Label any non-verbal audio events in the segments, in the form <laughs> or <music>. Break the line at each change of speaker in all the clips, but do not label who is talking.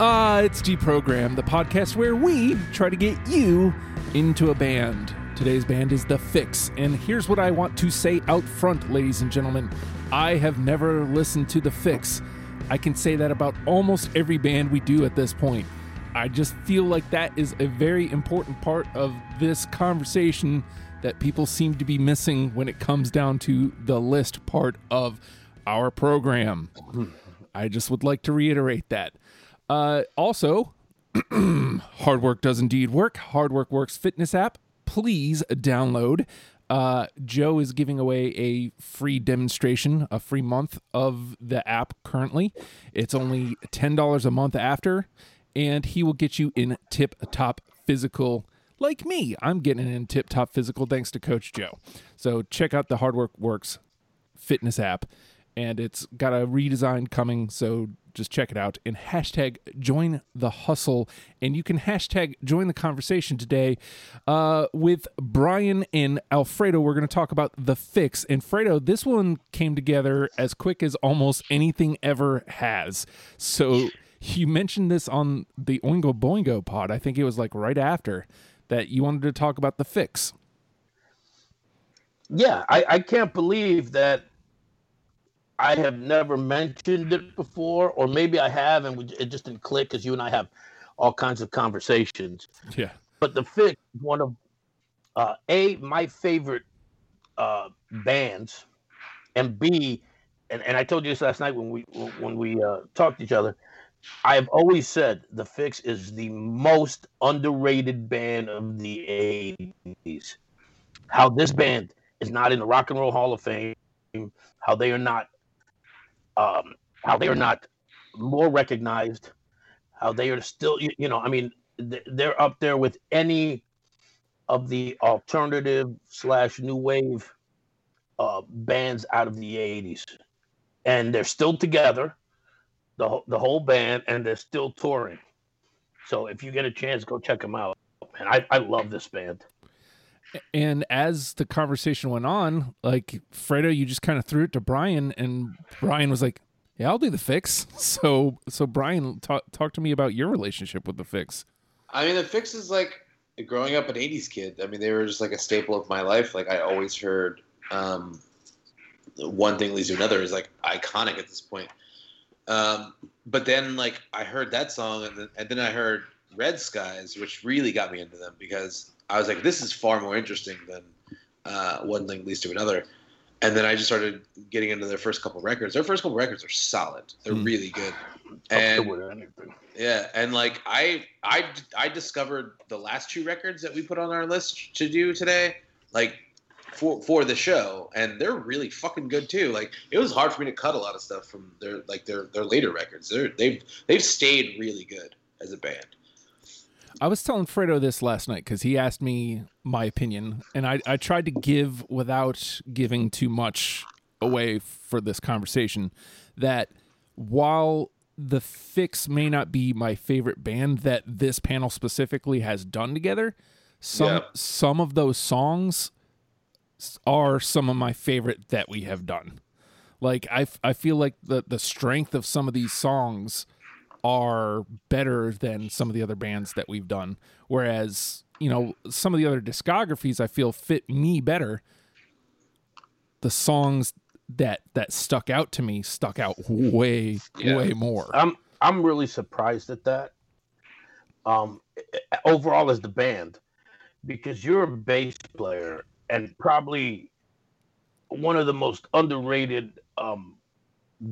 Ah, it's Deprogram, the podcast where we try to get you into a band. Today's band is The Fix, and here's what I want to say out front, ladies and gentlemen. I have never listened to The Fix. I can say that about almost every band we do at this point. I just feel like that is a very important part of this conversation that people seem to be missing when it comes down to the list part of our program. I just would like to reiterate that. Uh, also, <clears throat> hard work does indeed work. Hard work works fitness app. Please download. Uh, Joe is giving away a free demonstration, a free month of the app currently. It's only $10 a month after, and he will get you in tip top physical. Like me, I'm getting in tip top physical thanks to Coach Joe. So check out the Hard Work Works fitness app and it's got a redesign coming so just check it out and hashtag join the hustle and you can hashtag join the conversation today uh, with brian and alfredo we're going to talk about the fix and fredo this one came together as quick as almost anything ever has so you mentioned this on the oingo boingo pod i think it was like right after that you wanted to talk about the fix
yeah, I, I can't believe that I have never mentioned it before, or maybe I have, and we, it just didn't click because you and I have all kinds of conversations.
yeah
But the Fix, is one of uh, a my favorite uh, bands, and B, and, and I told you this last night when we when we uh, talked to each other. I have always said the Fix is the most underrated band of the '80s. How this band is not in the Rock and Roll Hall of Fame, how they are not, um, how they are not more recognized, how they are still, you, you know, I mean, th- they're up there with any of the alternative slash new wave uh, bands out of the '80s, and they're still together, the whole the whole band, and they're still touring. So if you get a chance, go check them out. Man, I, I love this band.
And as the conversation went on, like Fredo, you just kind of threw it to Brian, and Brian was like, "Yeah, I'll do the fix." <laughs> So, so Brian, talk talk to me about your relationship with the fix.
I mean, the fix is like growing up an '80s kid. I mean, they were just like a staple of my life. Like I always heard um, one thing leads to another is like iconic at this point. Um, but then, like I heard that song, and then, and then I heard Red Skies, which really got me into them because I was like, this is far more interesting than uh, one thing leads to another. And then I just started getting into their first couple records. Their first couple records are solid. They're
Hmm.
really good.
Up
And-
to it, anything.
Yeah, and like I, I, I discovered the last two records that we put on our list to do today, like for for the show, and they're really fucking good too. Like it was hard for me to cut a lot of stuff from their like their their later records. They're, they've they've stayed really good as a band.
I was telling Fredo this last night because he asked me my opinion, and I, I tried to give without giving too much away for this conversation. That while the fix may not be my favorite band that this panel specifically has done together, some
Yeah.
some of those songs s- are some of my favorite that we have done. Like I, f- I feel like the the strength of some of these songs are better than some of the other bands that we've done. Whereas, you know, some of the other discographies I feel fit me better. The songs that that stuck out to me stuck out way
Yeah.
way more.
I'm I'm really surprised at that. Um, overall, as the band, because you're a bass player and probably one of the most underrated um,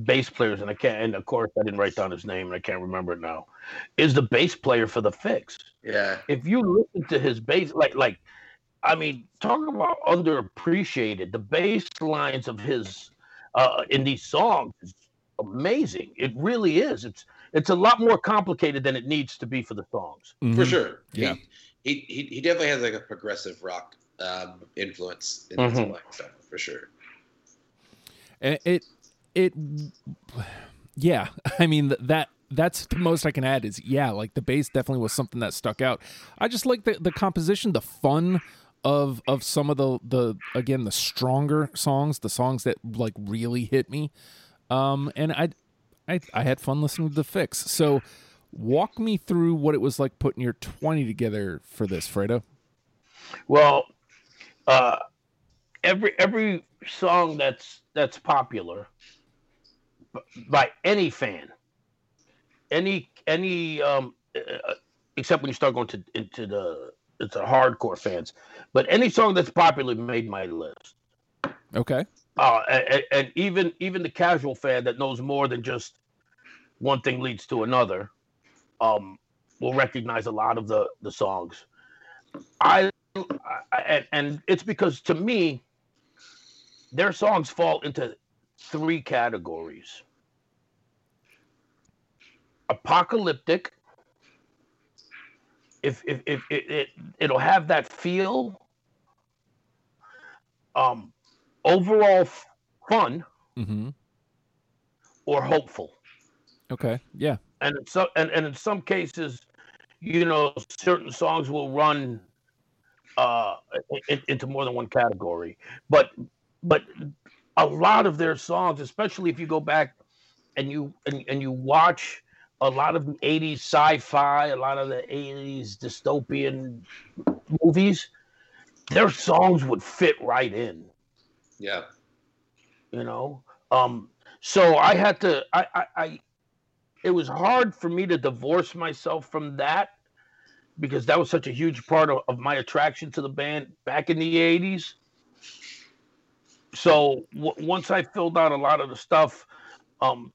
bass players, and I can't. And of course, I didn't write down his name, and I can't remember it now. Is the bass player for the Fix?
Yeah,
if you listen to his bass, like like, I mean, talk about underappreciated. The bass lines of his uh, in these songs is amazing. It really is. It's it's a lot more complicated than it needs to be for the songs.
Mhm.
for sure.
Yeah.
He, he he he definitely has like a progressive rock um, influence in his
Mhm.
playing stuff for sure.
it Eh, it, it yeah <laughs> i mean th- that that's the most i can add is yeah like the bass definitely was something that stuck out i just like the, the composition the fun of of some of the the again the stronger songs the songs that like really hit me um and i i i had fun listening to the fix so Walk me through what it was like putting your 20 together for this, Fredo.
Well, uh, every every song that's that's popular b- by any fan, any any um, uh, except when you start going to into the into hardcore fans, but any song that's popular made my list.
Okay.
Uh, and, and even even the casual fan that knows more than just one thing leads to another, um, will recognize a lot of the the songs. I, I and, and it's because to me, their songs fall into three categories: apocalyptic. If if, if it, it it'll have that feel. Um, overall f- fun
Mm-hmm.
or hopeful.
Okay. Yeah.
and in some and, and in some cases, you know, certain songs will run uh, in, into more than one category. But but a lot of their songs, especially if you go back and you and, and you watch a lot of the 80s sci-fi, a lot of the 80s dystopian movies, their songs would fit right in
Yeah.
you know um so i had to I, I i it was hard for me to divorce myself from that because that was such a huge part of, of my attraction to the band back in the 80s so w- once i filled out a lot of the stuff um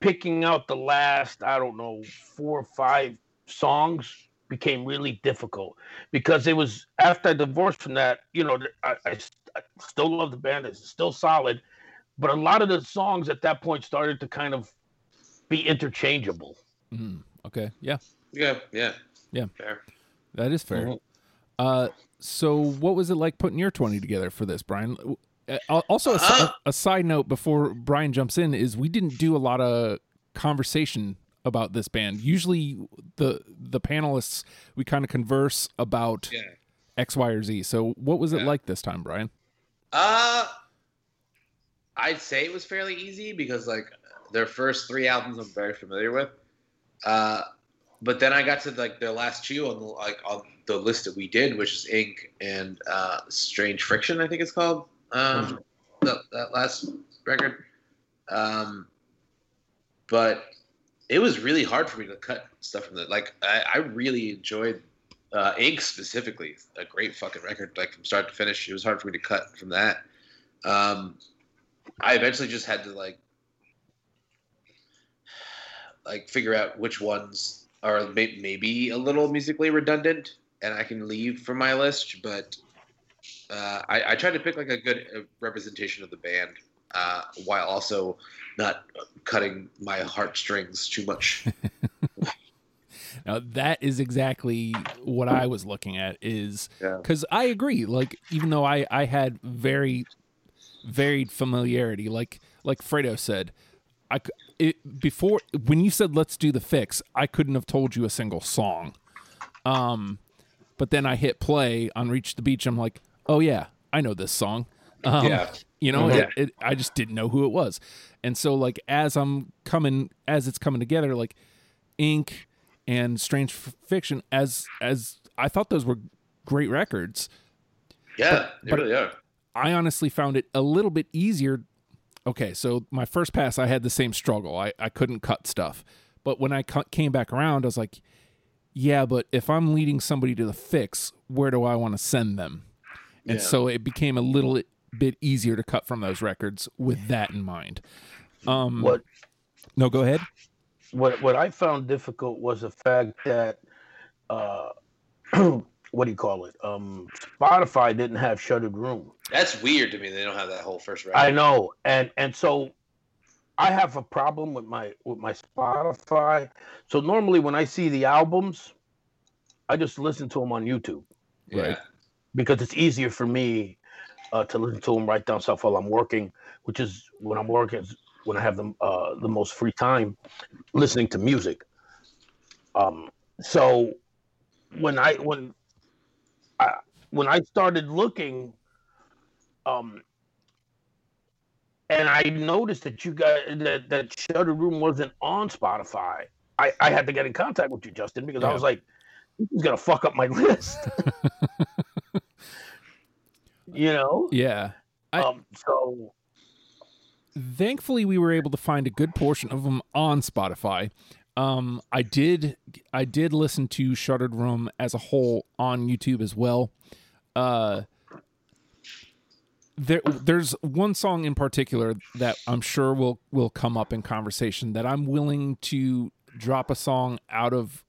picking out the last i don't know four or five songs became really difficult because it was after i divorced from that you know i, I I still love the band. It's still solid, but a lot of the songs at that point started to kind of be interchangeable.
Mm. Okay. Yeah.
Yeah. Yeah.
Yeah.
Fair.
That is fair.
Mhm.
Uh, so what was it like putting your 20 together for this, Brian? Uh, al- Also, a, si-
Uh-huh.
a side note before Brian jumps in is we didn't do a lot of conversation about this band. Usually, the the panelists we kind of converse about
Yeah.
X, Y, or Z. So what was it
Yeah.
like this time, Brian?
Uh, I'd say it was fairly easy because like their first three albums I'm very familiar with. Uh, but then I got to like their last two on the like on the list that we did, which is Ink and uh, Strange Friction, I think it's called. Um, that, that last record. Um, but it was really hard for me to cut stuff from that. Like I, I really enjoyed uh, Ink specifically, a great fucking record, like from start to finish. It was hard for me to cut from that. Um, I eventually just had to like, like figure out which ones are may- maybe a little musically redundant, and I can leave from my list. But uh, I, I tried to pick like a good uh, representation of the band, uh, while also not cutting my heartstrings too much.
Now that is exactly what I was looking at is
Yeah.
because I agree. Like even though I I had very varied familiarity, like like Fredo said, I c- it before when you said let's do the fix, I couldn't have told you a single song. Um, but then I hit play on Reach the Beach. I'm like, oh yeah, I know this song. <laughs> Um,
Yeah.
you know,
Yeah.
it, it, I just didn't know who it was. And so like as I'm coming, as it's coming together, like Ink and Strange F- Fiction, as as I thought those were great records.
Yeah, they
but-
really are.
I honestly found it a little bit easier. Okay, so my first pass, I had the same struggle. I, I couldn't cut stuff. But when I cu- came back around, I was like, yeah, but if I'm leading somebody to the fix, where do I want to send them? And
Yeah.
so it became a little bit easier to cut from those records with that in mind. Um,
What
No, go ahead.
what what I found difficult was the fact that uh, <clears throat> what do you call it? Um, Spotify didn't have shuttered room.
That's weird to me. They don't have that whole first record.
I know, and and so I have a problem with my with my Spotify. So normally when I see the albums, I just listen to them on YouTube.
Yeah.
Right.
because it's easier for me uh, to listen to them right down south while I'm working, which is when I'm working, is when I have the uh, the most free time listening to music. Um, so when I when I when I started looking, um, and I noticed that you guys that that Shutter Room wasn't on Spotify, I, I had to get in contact with you, Justin, because I
Yeah.
was like, this is gonna fuck up
<laughs>
my <laughs> list. you know?
Yeah. I-
um, so
thankfully we were able to find a good portion of them on Spotify. Um, I did I did listen to Shuttered Room as a whole on YouTube as well. Uh, there there's one song in particular that I'm sure will will come up in conversation that I'm willing to drop a song out of.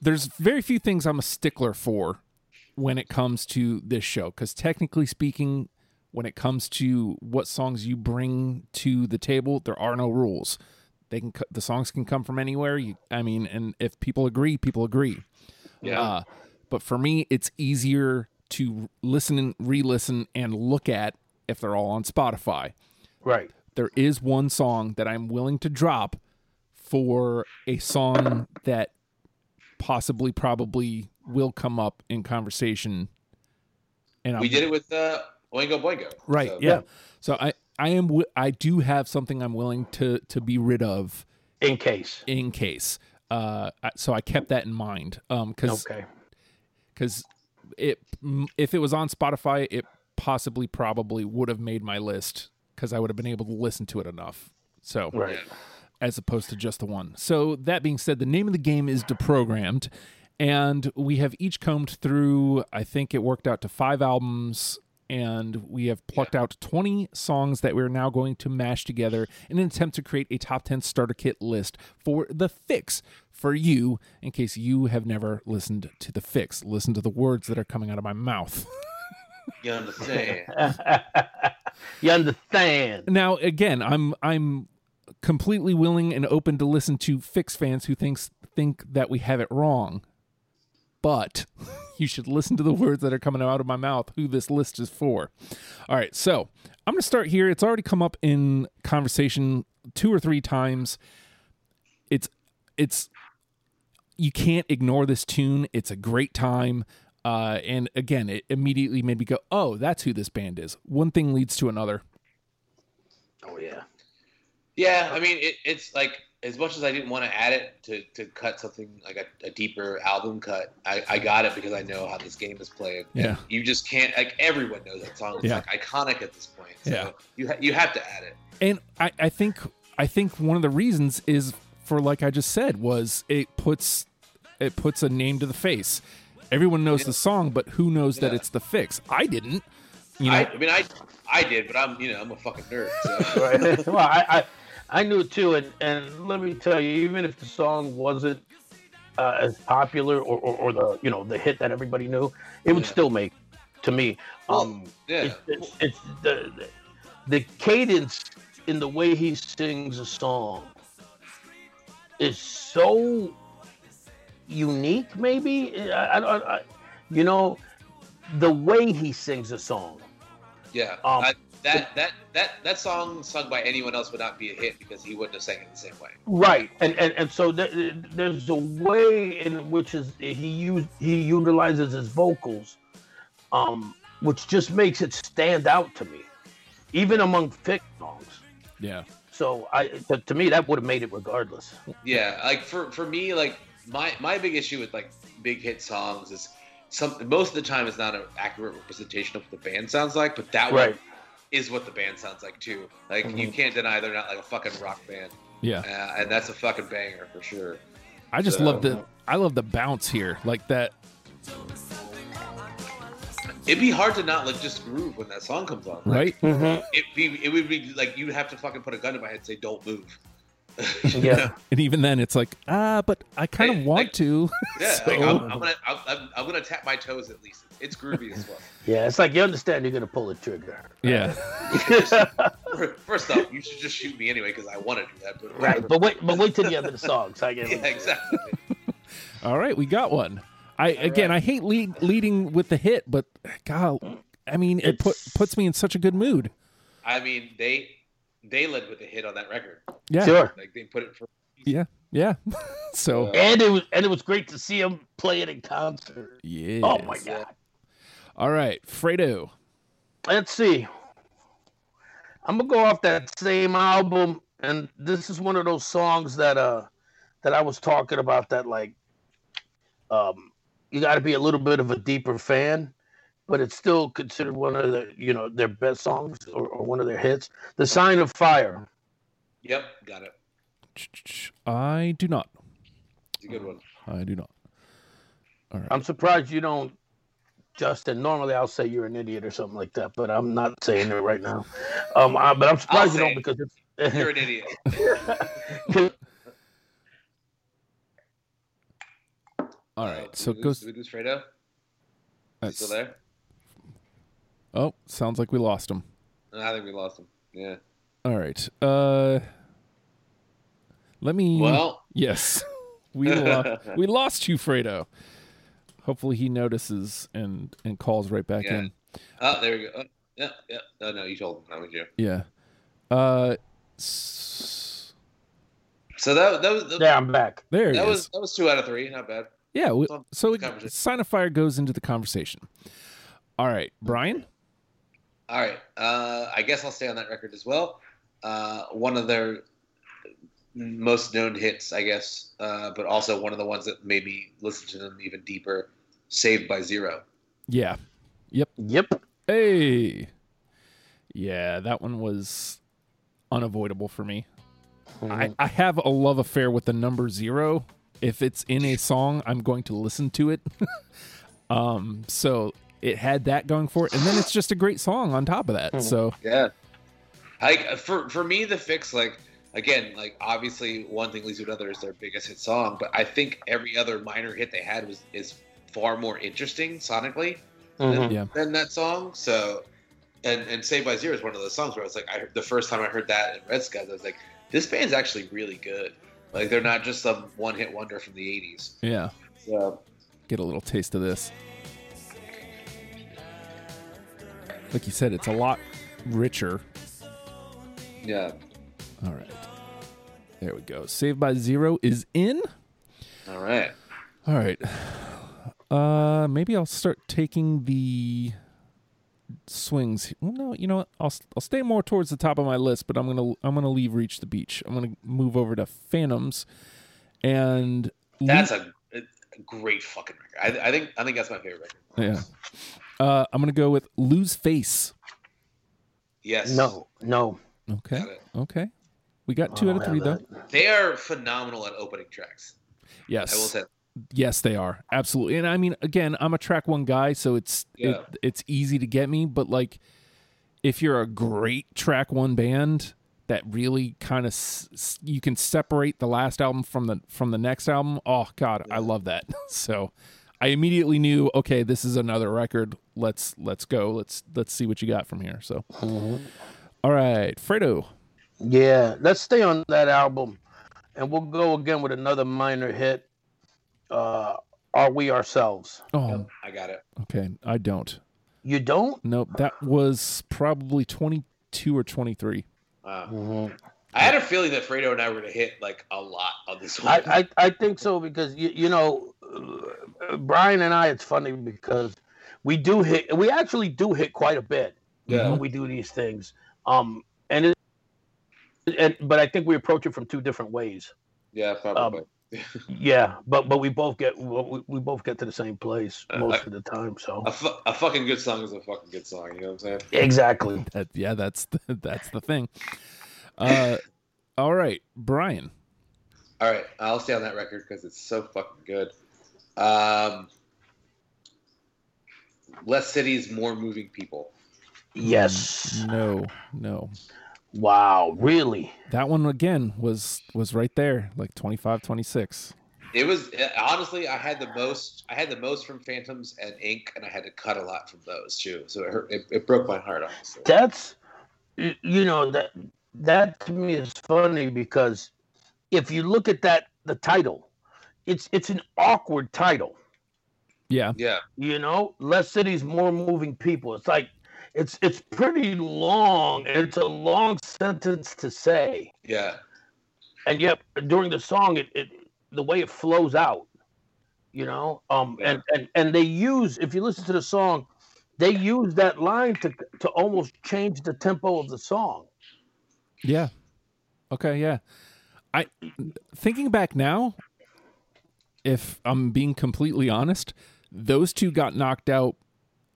There's very few things I'm a stickler for when it comes to this show because technically speaking, when it comes to what songs you bring to the table, there are no rules. They can co- the songs can come from anywhere. You, I mean, and if people agree, people agree.
Yeah.
Uh, but for me, it's easier to listen and re-listen and look at if they're all on Spotify.
right.
There is one song that I'm willing to drop for a song that possibly, probably will come up in conversation. And
we
I'm
did it with uh, Oingo Boingo.
Right.
So-
yeah. So I I am wi- I do have something I'm willing to to be rid of
In case.
in case. Uh, I- so I kept that in mind. Um, because
Okay.
because it m- if it was on Spotify, it possibly probably would have made my list because I would have been able to listen to it enough. So
Right. <laughs>
as opposed to just the one. So that being said, the name of the game is deprogrammed, and we have each combed through. I think it worked out to five albums, and we have plucked out twenty songs that we're now going to mash together in an attempt to create a top ten starter kit list for the fix for you. In case you have never listened to the fix, listen to the words that are coming out of my mouth.
You understand?
you understand?
Now again, I'm I'm completely willing and open to listen to Fix fans who thinks think that we have it wrong. But <laughs> you should listen to the words that are coming out of my mouth who this list is for. All right, so I'm going to start here. It's already come up in conversation two or three times. It's it's you can't ignore this tune. It's a great time. Uh, and again, it immediately made me go, "Oh, that's who this band is." One thing leads to another.
Oh yeah.
yeah. I mean, it, it's like as much as I didn't want to add it to, to cut something like a, a deeper album cut, I, I got it because I know how this game is played.
Yeah.
You just can't like everyone knows that song. It's
Yeah.
like iconic at this point. So
Yeah.
You ha- you have to add it.
and I, I think I think one of the reasons is for like I just said was it puts it puts a name to the face. Everyone knows the song, but who knows that
Yeah.
it's the fix? I didn't. You know,
I, I mean, I I did, but I'm you know I'm a fucking nerd.
<laughs>
So.
Right. <laughs> well, I, I I knew it too, and and let me tell you, even if the song wasn't uh, as popular or, or or the you know the hit that everybody knew, it would
Yeah.
still make to me. Um,
yeah.
it's, it's, it's the, the the cadence in the way he sings a song is so unique. Maybe I, I, don't- I, you know the way he sings a song.
Yeah,
Um,
I, that that that that song sung by anyone else would not be a hit because he wouldn't have sang it the same way.
Right, and and, and so th- th- there's a way in which is he use he utilizes his vocals, um, which just makes it stand out to me, even among thick songs.
yeah,
So I to, to me that would have made it regardless.
Yeah, like for for me, like my my big issue with like big hit songs is some most of the time it's not an accurate representation of what the band sounds like, but that
Right.
one is what the band sounds like too. Like you
Mhm.
can't deny they're not like a fucking rock band,
yeah.
uh, and that's a fucking banger for sure.
I just
So-
love the I love the bounce here, like that.
It'd be hard to not like just groove when that song comes on. Like,
Right?
It be it would be like you'd have to fucking put a gun to my head and say don't move.
Yeah,
And even then, it's like ah, but I kind of
Hey,
want
like-
to. <laughs>
Yeah,
So-
like I'm, I'm gonna I'm, I'm, I'm gonna tap my toes at least. It's groovy as well.
yeah. It's like you understand you're gonna pull the trigger. <laughs>
yeah,
<laughs> First off, you should just shoot me anyway because I want to do that. <laughs> But
Right, but wait, but wait till the end of the song. So I get
yeah, exactly.
All right, we got one. I again, I hate lead, leading with the hit, but God, I mean, it put,
It's-
puts me in such a good mood.
I mean, they they led with a hit on that record.
Yeah,
Sure,
Like they put it for
yeah, yeah. <laughs> so
and it was and it was great to see him play it in concert.
yeah.
Oh my god.
All right, Fredo.
let's see. I'm gonna go off that same album, and this is one of those songs that uh that I was talking about that like um you got to be a little bit of a deeper fan, but it's still considered one of the you know their best songs or, or one of their hits. The Sign of Fire.
Yep, got it.
I do not.
It's a
<laughs>
good one.
I do not. All right.
I'm surprised you don't, Justin. Normally I'll say you're an idiot or something like that, but I'm not saying it right now. Um, I, but I'm surprised you
say
don't
it.
because it's
You're an idiot.
All
Uh,
right.
did
So
we
it goes.
lose- Did we lose Fredo? Is he
that's-
still there?
Oh, sounds like we lost him.
No, I think we lost him. Yeah.
All right. Uh, let me.
Well,
Yes, <laughs> we
<laughs>
lo- we lost you, Fredo. Hopefully, he notices and and calls right back
Yeah.
in.
oh, there we go. Oh, yeah, yeah. No, no, you told him. That was you.
Yeah. Uh, s-
So that that was
<laughs>
that,
yeah, I'm back.
there he
that
is.
was that was two out of three. Not bad.
yeah. We,
so-
so we-
conversation.
sign of fire goes into the conversation. All right, Brian.
All right. Uh, I guess I'll stay on that record as well. Uh, one of their most known hits, I guess, uh, but also one of the ones that made me listen to them even deeper. Saved by Zero.
Yeah.
Yep.
Hey. Yeah, that one was unavoidable for me.
Mm-hmm.
I, I have a love affair with the number zero. If it's in a song, I'm going to listen to it. <laughs> um, so it had that going for it, and then it's just a great song on top of that. So
Yeah. I for for me the fix like again like obviously one thing leads to another is their biggest hit song, but I think every other minor hit they had was is far more interesting sonically
Mhm.
than that song. So and and Saved by Zero is one of those songs where I was like I heard, the first time I heard that in Red Skies I was like this band's actually really good. Like they're not just some one hit wonder from the 80s.
yeah,
So
get a little taste of this. Like you said, it's a lot richer.
yeah.
All right, there we go. Saved by Zero is in.
All right.
All right. Uh, maybe I'll start taking the swings. Well, no, you know what? I'll I'll stay more towards the top of my list, but I'm gonna I'm gonna leave Reach the Beach. I'm gonna move over to Phantoms, and Lu-
Mm-hmm.
That's a, a great fucking record. I, I think I think that's my favorite record.
yeah. Uh, I'm gonna go with Lose Face.
Yes.
No, no.
Okay,
Got it.
okay. We got two
I
out of
don't
three
have
though.
Oh, that.
They are phenomenal at opening tracks. I will
Yes,
say.
yes, they are absolutely. And I mean, again, I'm a track one guy, so it's
Yeah.
it, it's easy to get me. But like, if you're a great track one band that really kind of s- s- you can separate the last album from the from the next album oh god i
Yeah.
love that <laughs> so i immediately knew okay this is another record let's let's go let's let's see what you got from here so
Mhm.
all right fredo
Yeah, let's stay on that album, and we'll go again with another minor hit. Uh, Are we ourselves?
oh
Yep, I got it.
okay i don't
You don't?
nope that was probably 22 or 23
Wow.
Mhm.
I had a feeling that Fredo and I were going to hit like a lot on this one.
I, I, I think so because you, you know uh, Brian and I it's funny because we do hit we actually do hit quite a bit
Yeah.
when we do these things um and it and but I think we approach it from two different ways
yeah, probably.
Um, yeah but but we both get we, we both get to the same place
Uh,
most
I-
of the time so
a, fu- a fucking good song is a fucking good song. You know what I'm saying?
exactly
that, yeah that's the, <laughs> that's the thing uh all right brian
All right, I'll stay on that record because it's so fucking good. Um, less cities, more moving people.
yes
no no
wow really
that one again was was right there like 25 26
It was honestly, I had the most. I had the most from Phantoms and Ink, and I had to cut a lot from those too. So it hurt, it, it broke my heart. Honestly.
that's y- you know that that to me is funny because if you look at that the title it's it's an awkward title
yeah
Yeah.
you know less cities more moving people it's like it's it's pretty long and it's a long sentence to say
Yeah.
and yet during the song it, it the way it flows out you know um and, and and they use if you listen to the song they use that line to to almost change the tempo of the song
yeah okay yeah I thinking back now, if I'm being completely honest, those two got knocked out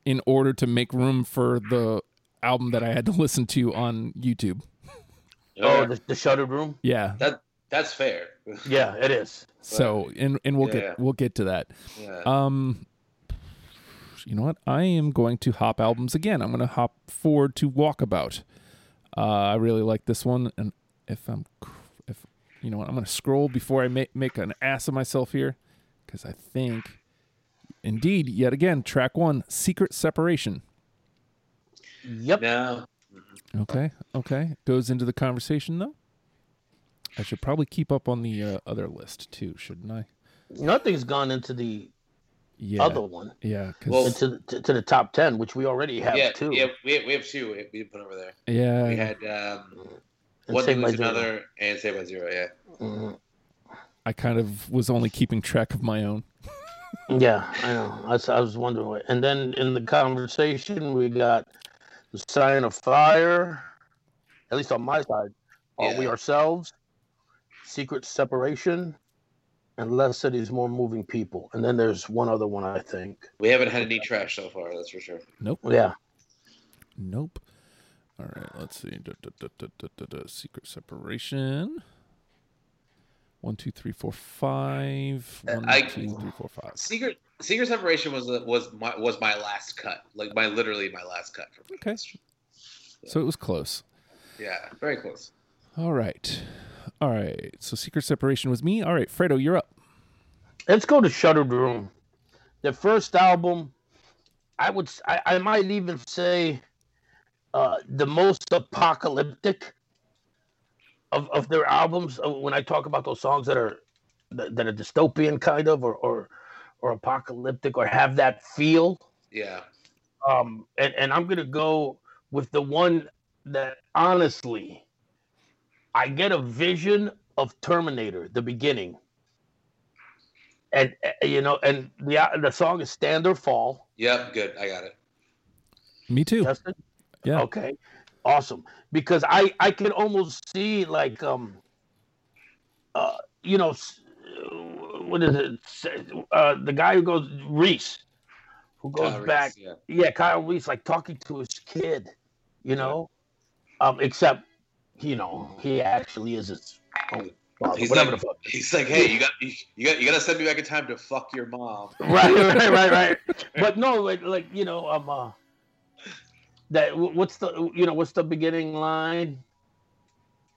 in order to make room for the album that I had to listen to on YouTube.
Oh, the, the shuttered room.
Yeah.
that that's fair. <laughs>
Yeah, it is.
So and and we'll
Yeah.
get we'll get to that.
Yeah.
Uh,
Um you know what? I am going to hop albums again. I'm going to hop forward to Walkabout. Uh, I really like this one and if I'm cr- if you know what, I'm going to scroll before I make make an ass of myself here cuz I think indeed yet again track 1 Secret Separation.
Yep.
no.
Okay. Okay. Goes into the conversation though. I should probably keep up on the uh, other list too, shouldn't I?
Nothing's gone into the
Yeah.
other one,
Yeah, cuz
Well,
into the, to, to the top ten, which we already have
Yeah,
too.
yeah, we, we have two. We, we put over there.
yeah.
We had um,
And
one
Saved
thing
by
was
Zero.
another, and Saved by Zero. Yeah.
Mhm.
I kind of was only keeping track of my own.
Yeah, I know. I was, I was wondering. What. And then in the conversation, we got the sign of fire. At least on my side, are we
Yeah.
ourselves? Secret separation, and less cities, more moving people. And then there's one other one I think.
We haven't had any trash so far. That's for sure.
Nope.
Yeah.
Nope. All right, let's see. Da, da, da, da, da, da, da. Secret separation. One, two, three, four, five.
Uh,
One,
I-
two, three, four, five.
Secret Secret Separation was the- was my was my last cut. Like my literally my last cut. From
Okay. So it was close.
Yeah, very close.
All right. All right. So secret separation was me. All right, Fredo, you're up.
Let's go to Shuttered Room. Their first album, I would, s- I, I might even say, uh, the most apocalyptic of, of their albums. Uh, When I talk about those songs that are that, that are dystopian, kind of, or, or or apocalyptic, or have that feel.
Yeah.
Um, and and I'm gonna go with the one that honestly, I get a vision of Terminator, the beginning. And uh, you know, and the uh, the song is "Stand or Fall."
Yep. Good. I got it.
Me too.
Justin?
Yeah.
Okay. Awesome. Because I I can almost see like um uh you know s- uh, what is it S- uh the guy who goes Reese who goes
Tyrese,
back
Uh, Yeah.
yeah Kyle Reese like talking to his kid you know um except you know he actually is his own father
He's
whatever
like-
the fuck
He's like, hey, you got you, you got you got to send me back in time to fuck your mom.
right, <laughs> right, right, right. But no, like, like you know, um, uh, that wh- what's the you know what's the beginning line?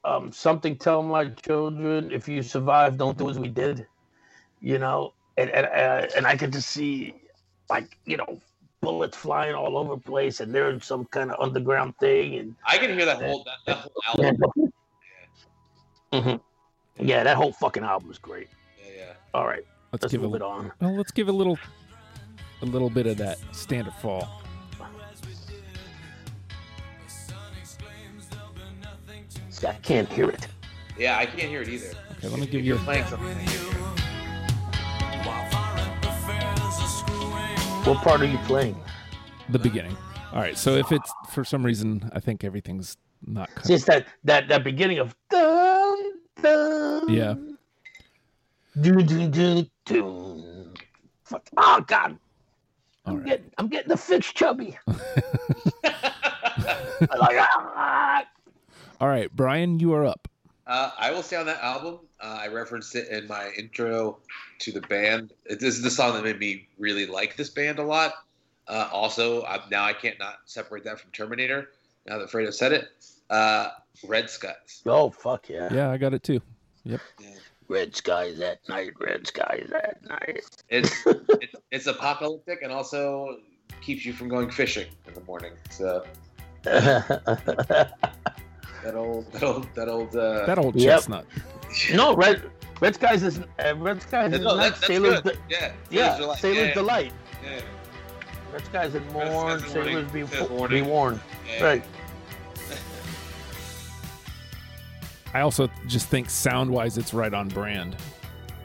Um, something tell my children if you survive, don't do as we did. You know, and and uh, and I could just see like you know bullets flying all over the place, and they're in some kind of underground thing, and
I can hear that whole that, that whole album.
Mhm. yeah, that whole fucking album is great.
Yeah, yeah.
All right,
Let's
let's
give a
move it on.
well, let's give a little a little bit of that standard fall.
See, I can't hear it.
Yeah, I can't hear it either.
Okay, let me
If
give you
you're
a
playing something. I
<laughs>
can't hear it.
What part are you playing?
the beginning. All right. So if it's for some reason, I think everything's not cut.
See, it's that that that beginning of dun dun.
Yeah.
Dun dun dun dun. Fuck. Oh God,
All
I'm
right.
getting I'm getting the Fitch chubby. I'm like ah,
All right, Brian, you are up.
Uh, I will say on that album, uh, I referenced it in my intro to the band. This is the song that made me really like this band a lot. Uh, also, i now I can't not separate that from Terminator. Now that Fredo said it, uh, Red Scots.
oh fuck yeah.
Yeah, I got it too.
Red skies at night. Red skies at night. <laughs>
It's, it's it's apocalyptic and also keeps you from going fishing in the morning. So that old that old that old. Uh,
That old
Yep.
chestnut.
no red. Red skies is uh, red skies
no,
is
that-
not
that's
sailors.
good.
De-
yeah,
yeah,
Sailor's Delight.
sailors
yeah,
delight.
yeah,
Red skies and
Skies
morn.
in the morning.
Sailors be,
Sailors
fo- be
warning.
warned.
yeah.
Right.
I also just think sound wise, it's right on brand.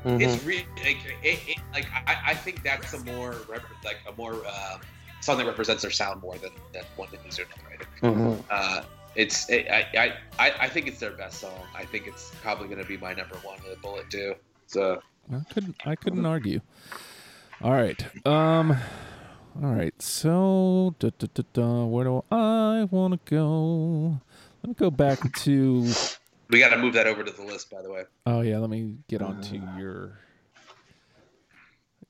Mhm.
It's really like, it, it, like I, I think that's a more rep- like a more um, song that represents their sound more than, than one that is another.
Mhm.
Uh, it's it, I, I I think it's their best song. I think it's probably going to be my number one with Bullet too. So
I couldn't I couldn't argue. All right. Um all right. So da, da, da, da, where do I want to go? Let me go back to
we got to move that over to the list, by the way.
Oh yeah, let me get onto your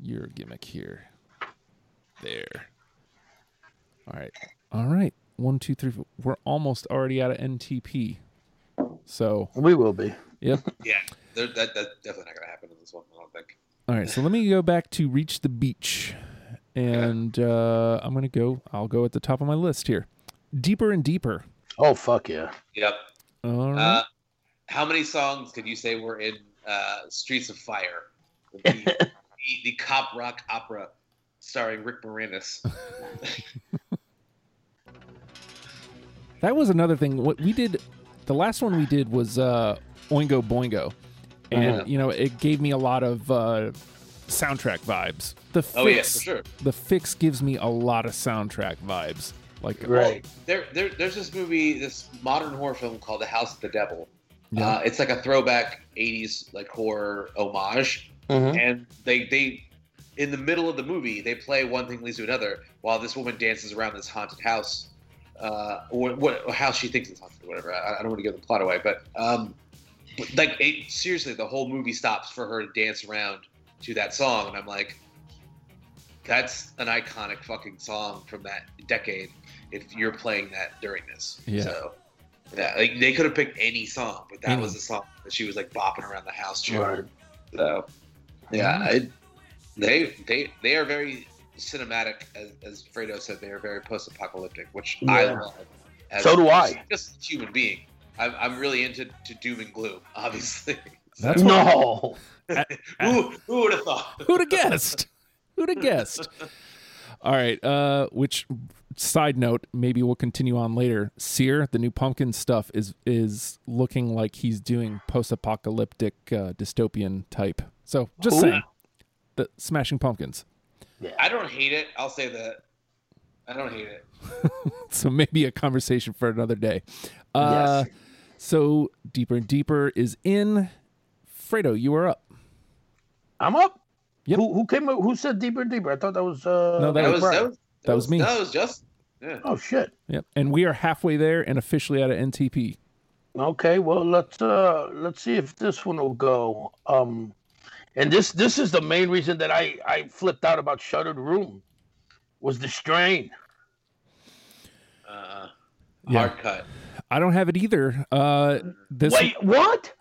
your gimmick here. There. All right. All right. One, two, three, four. We're almost already out of NTP. So
We will be.
yep.
Yeah, there- that that's definitely not going to happen in this one. I don't think.
All right, so let me go back to Reach the Beach. And uh, I'm going to go, I'll go at the top of my list here. Deeper and Deeper.
Oh fuck yeah.
Yep.
All right.
Uh, how many songs could you say were in uh, Streets of Fire, the, the, the cop rock opera starring Rick Moranis?
that was another thing. What we did, the last one we did was uh, Oingo Boingo. And,
Uh-huh.
you know, it gave me a lot of uh, soundtrack vibes. The Fix,
Oh
<laughs>
yeah, for sure.
The Fix gives me a lot of soundtrack vibes. Like,
Right.
Oh, There, there, there's this movie, this modern horror film called The House of the Devil.
Yeah.
Uh, it's like a throwback '80s like horror homage,
Mhm.
Mm-hmm.
and they they in the middle of the movie they play one thing leads to another while this woman dances around this haunted house, uh, or what or how she thinks it's haunted, or whatever. I, I don't want to give the plot away, but um, but, like it, seriously, the whole movie stops for her to dance around to that song, and I'm like, that's an iconic fucking song from that decade. If you're playing that during this,
Yeah.
So, yeah, like, they could have picked any song, but that
Any.
was the song that she was like bopping around the house to.
Right.
So, yeah, I, they they they are very cinematic, as, as Fredo said. They are very post-apocalyptic, which I
Yeah.
love. As
So do I.
Just a human being. I'm, I'm really into to doom and gloom, <laughs> obviously.
That's what-
no.
who who would have thought? <laughs>
Who'd have guessed? Who'd have guessed? All right. Uh, which side note? Maybe we'll continue on later. Sear, the new pumpkin stuff is is looking like he's doing post-apocalyptic uh, dystopian type. So just
Ooh.
saying, the Smashing Pumpkins.
I don't hate it. I'll say that. I don't hate it.
<laughs> So maybe a conversation for another day. Uh,
Yes.
So deeper and deeper is in. Fredo, you are up.
I'm up.
Yep.
Who, who came up? Who said deeper and deeper? I thought that was. Uh,
No, that
That
was
was
Brian.
that was
That was me.
That was just. Yeah.
Oh shit.
Yep. And we are halfway there and officially out of NTP.
Okay. Well, let's uh let's see if this one will go. Um, and this this is the main reason that I I flipped out about Shuttered Room, was the strain.
Uh,
Yeah.
Hard cut.
I don't have it either. Uh, this
Wait, what?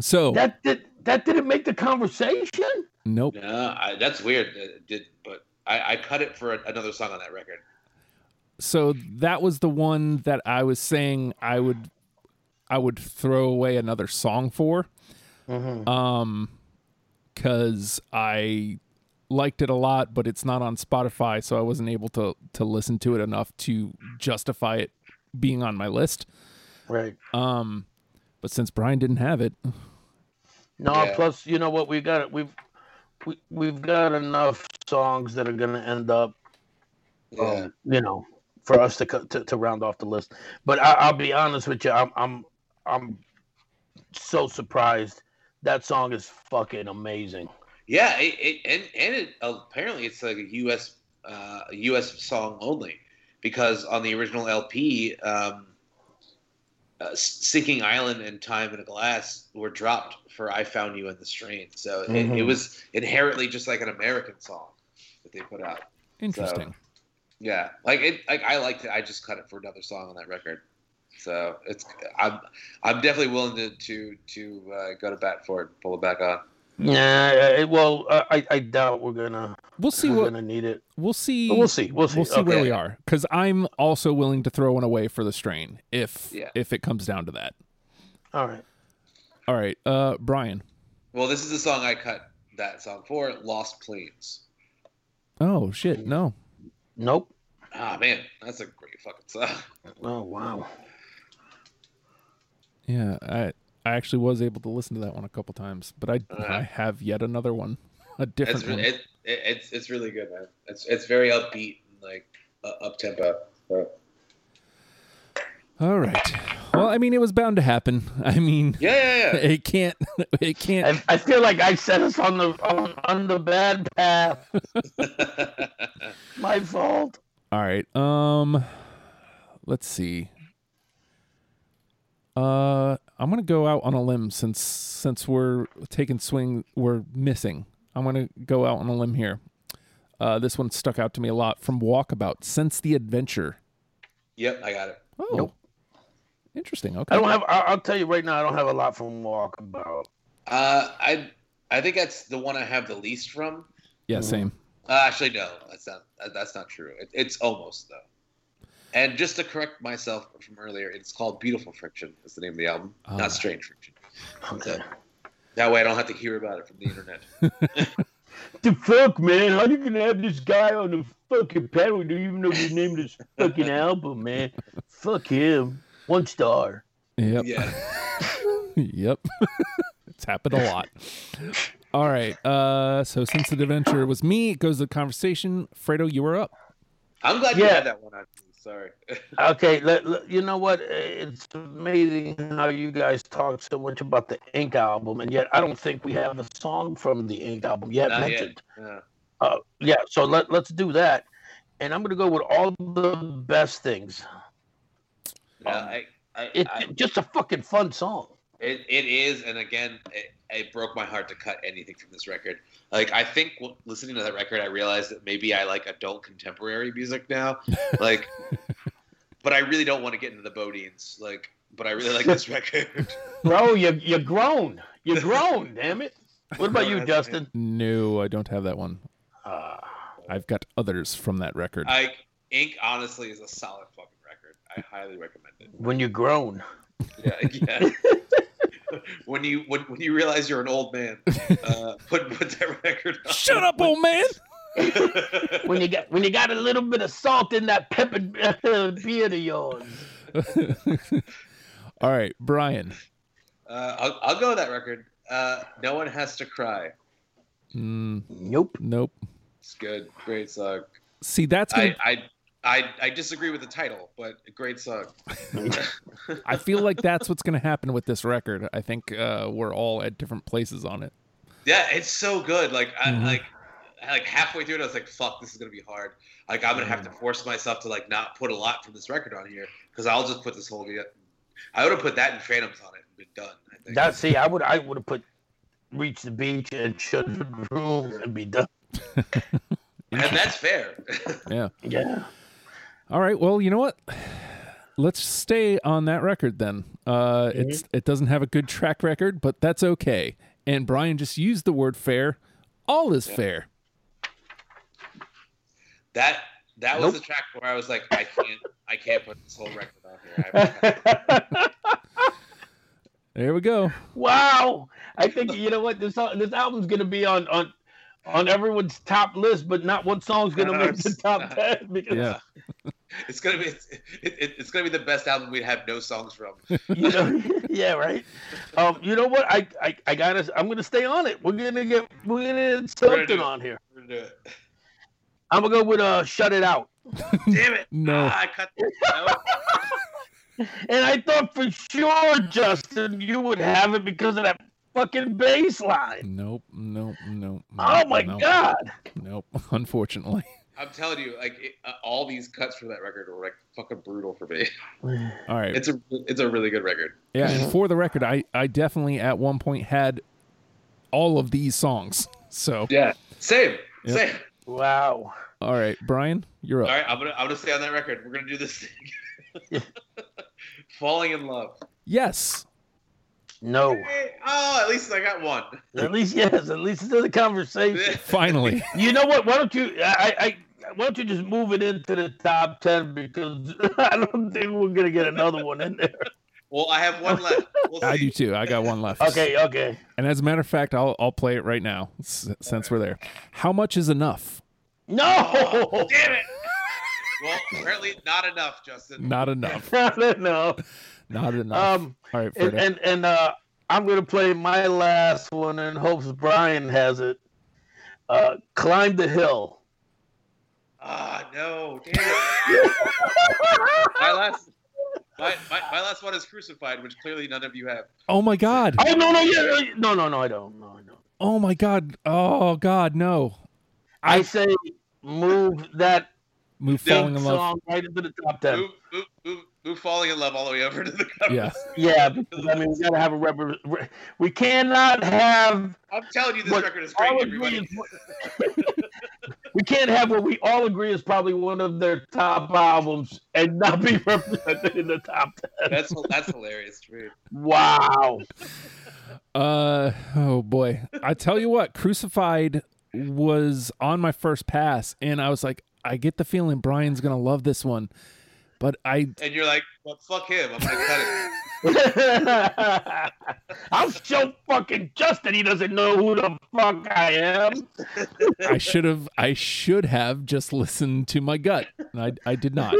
So
That did that didn't make the conversation.
nope.
No, I, that's weird. that it did but I, I cut it for a, another song on that record.
So that was the one that I was saying I would I would throw away another song for. Um cuz I liked it a lot but it's not on Spotify so I wasn't able to to listen to it enough to justify it being on my list.
Right.
Um but since Brian didn't have it,
No.
Yeah.
Plus, you know what? We got we've we, we've got enough songs that are gonna end up
Yeah.
um, you know, for us to, co- to to round off the list. But I, I'll be honest with you, I'm I'm I'm so surprised. That song is fucking amazing.
Yeah, it, it and and it, uh, apparently it's like a U.S. Uh, a U.S. song only because on the original LP, um, uh, Sinking Island and Time in a Glass were dropped for "I Found You in the Strain," so
Mhm.
it, it was inherently just like an American song that they put out.
interesting.
Yeah, like it, like I liked it. I just cut it for another song on that record. So it's I'm I'm definitely willing to to to uh, go to bat for it, and pull it back on.
Yeah, eh, well, I, I doubt we're gonna
we'll see
we're
what
gonna need it.
we'll see
But we'll see. We'll see.
we'll see
Okay.
where we are because i'm also willing to throw one away for the strain if
Yeah.
if it comes down to that
All right.
all right uh brian
Well, this is the song I cut that song for, Lost Plains.
oh shit no
Nope.
Ah man, that's a great fucking song.
Oh wow.
yeah i i actually was able to listen to that one a couple times but i
Uh-huh.
i have yet another one <laughs> a different
It's re-
one
it, it, it's it's really good, man. It's it's very upbeat and like uh, up tempo.
All right. Well, I mean, it was bound to happen. <laughs> I mean,
Yeah, yeah,
Uh,
yeah.
it can't. <laughs> It can't.
I, I feel like I set us on the on, on the bad path.
<laughs>
My fault.
All right. Um, let's see. Uh, I'm gonna go out on a limb since since we're taking swing we're missing. I'm gonna go out on a limb here. Uh, this one stuck out to me a lot from Walkabout. Since the adventure.
<laughs> yep, I got it.
Oh,
Nope.
interesting.
I
Okay.
don't have. I, I'll tell you right now. I don't have a lot from Walkabout.
Uh, I I think that's the one I have the least from.
yeah, same.
Uh, actually, no, that's not that- that's not true. It, it's almost though. And just to correct myself from earlier, it's called "Beautiful Friction." Is the name of the album,
Ah.
not "Strange Friction."
Okay.
That way, I don't have to hear about it from the internet.
The fuck, man? How you gonna have this guy on the fucking panel? Do you even know the name of this <laughs> fucking album, man? Fuck him. One star.
Yep.
Yeah.
<laughs> yep. <laughs> it's happened a lot. All right. Uh, so since the adventure was me, it goes to the conversation. Fredo, you were up.
I'm glad you
Yeah.
had that one. on me. Sorry.
Okay, let, let- you know what? It's amazing how you guys talk so much about the Ink album, and yet I don't think we have a song from the Ink album yet
Not yet.
mentioned.
Uh,
Uh, yeah, so let, let's do that. And I'm going to go with all the best things.
yeah, I, I,
It's
I,
just a fucking fun song.
It, it is, and again, it, it broke my heart to cut anything from this record. Like, I think w- listening to that record, I realized that maybe I like adult contemporary music now. Like, but I really don't want to get into the Bodines. Like, but I really like this record.
Bro, you, you're grown. You're grown, damn it. What about you, Justin?
No, I don't have that one.
Uh,
I've got others from that record.
I Ink honestly is a solid fucking record. I highly recommend
<laughs>
it.
when you're grown.
Yeah, yeah. when you when, when you realize you're an old man, uh, put put that record. On.
Shut up, old man.
Uh,
When you got when you got a little bit of salt in that pepper <laughs> beard of yours.
<laughs> All right, Brian.
Uh, I'll, I'll go with that record. Uh, no one has to cry.
Mm,
Nope.
nope.
It's good, great song.
See, that's
I
gonna,
I, I I disagree with the title, but a great song.
I, feel like that's what's going to happen with this record. I think uh, we're all at different places on it.
Yeah, it's so good. Like I
Mhm.
like. I, Like halfway through it, I was like, "Fuck, this is gonna be hard." Like I'm gonna have to force myself to like not put a lot from this record on here because I'll just put this whole. I would have put that and Phantoms on it and been done. I think.
That see, I would I would have put reach the beach and shut the room and be done.
and that's fair.
Yeah. <laughs>
All right. Well, you know what? Let's stay on that record then. Uh, It's it doesn't have a good track record, but that's okay. And Brian just used the word fair. All is fair.
that that was
Nope.
the track where I was like, "I can't, I can't put this whole record on here."
<laughs>
I have to
There we go.
wow. I think you know what this al- this album's gonna be on on on everyone's top list, but not one song's gonna
No,
make the
it's
top
not.
ten because
Yeah.
It's gonna be it's, it, it, it's gonna be the best album we'd have no songs from.
you know, <laughs> yeah, right. Um, you know what? I, I, I gotta. I'm gonna stay on it. We're gonna get. We're gonna get
We're gonna do
something
it.
on here.
We're gonna do it.
I'm gonna go with uh, shut it out.
<laughs> Damn it!
No.
Ah, I cut. No.
And I thought for sure, Justin, you would have it because of that fucking bass line.
Nope. Nope. Nope.
Oh
nope,
my
nope,
god!
Nope. <laughs> Unfortunately.
<laughs> I'm telling you, like it, uh, all these cuts from that record were like fucking brutal for me.
All right.
It's a it's a really good record.
Yeah, and for the record, I I definitely at one point had all of these songs. So
Yeah. Same.
Yep.
Same.
Wow.
all right, Brian, you're
All
up.
right, I'm gonna I'm gonna stay on that record. We're gonna do this thing. <laughs> Falling in love.
Yes.
No.
Hey, oh, at least I got one. <laughs>
At least yes. At least it's in the conversation.
Finally.
You know what? Why don't you? I, I- I why don't you just move it into the top ten because <laughs> I don't think we're gonna get another one in there.
well, I have one left. We'll
I do
see.
too. I got one left.
Okay. Okay.
And as a matter of fact, I'll I'll play it right now s- since we're there. How much is enough?
No,
Damn <laughs> it. Well, apparently not enough, Justin.
Not enough.
<laughs> no.
Not enough.
Um,
all right,
and
Fredo.
and, and uh, I'm gonna play my last one in hopes Brian has it. Uh, climb the hill.
Ah, no. Damn it. My last My, my, my last one is Crucified, which clearly none of you have.
Oh my god.
Oh no no yeah yeah, no no no I don't no no.
Oh my god. Oh god, no.
I say move that
Move
Yeah.
falling in love.
song right into the top ten.
Move, move, move, move falling in love all the way over to the cover.
Yeah.
Yeah, because I mean we gotta have a rep- re- we cannot have
I'm telling you, this
What
record is great,
all agree
everybody.
is- <laughs> we can't have what we all agree is probably one of their top albums and not be <laughs> represented in the top ten.
That's that's hilarious to me.
Wow.
Uh oh boy. I tell you what, Crucified was on my first pass and I was like, I get the feeling Brian's gonna love this one. But I
And you're like, well, fuck him. I'm like, cut it.
<laughs> I'm so fucking Justin. He doesn't know who the fuck I am.
I should have I should have just listened to my gut. And I I did not.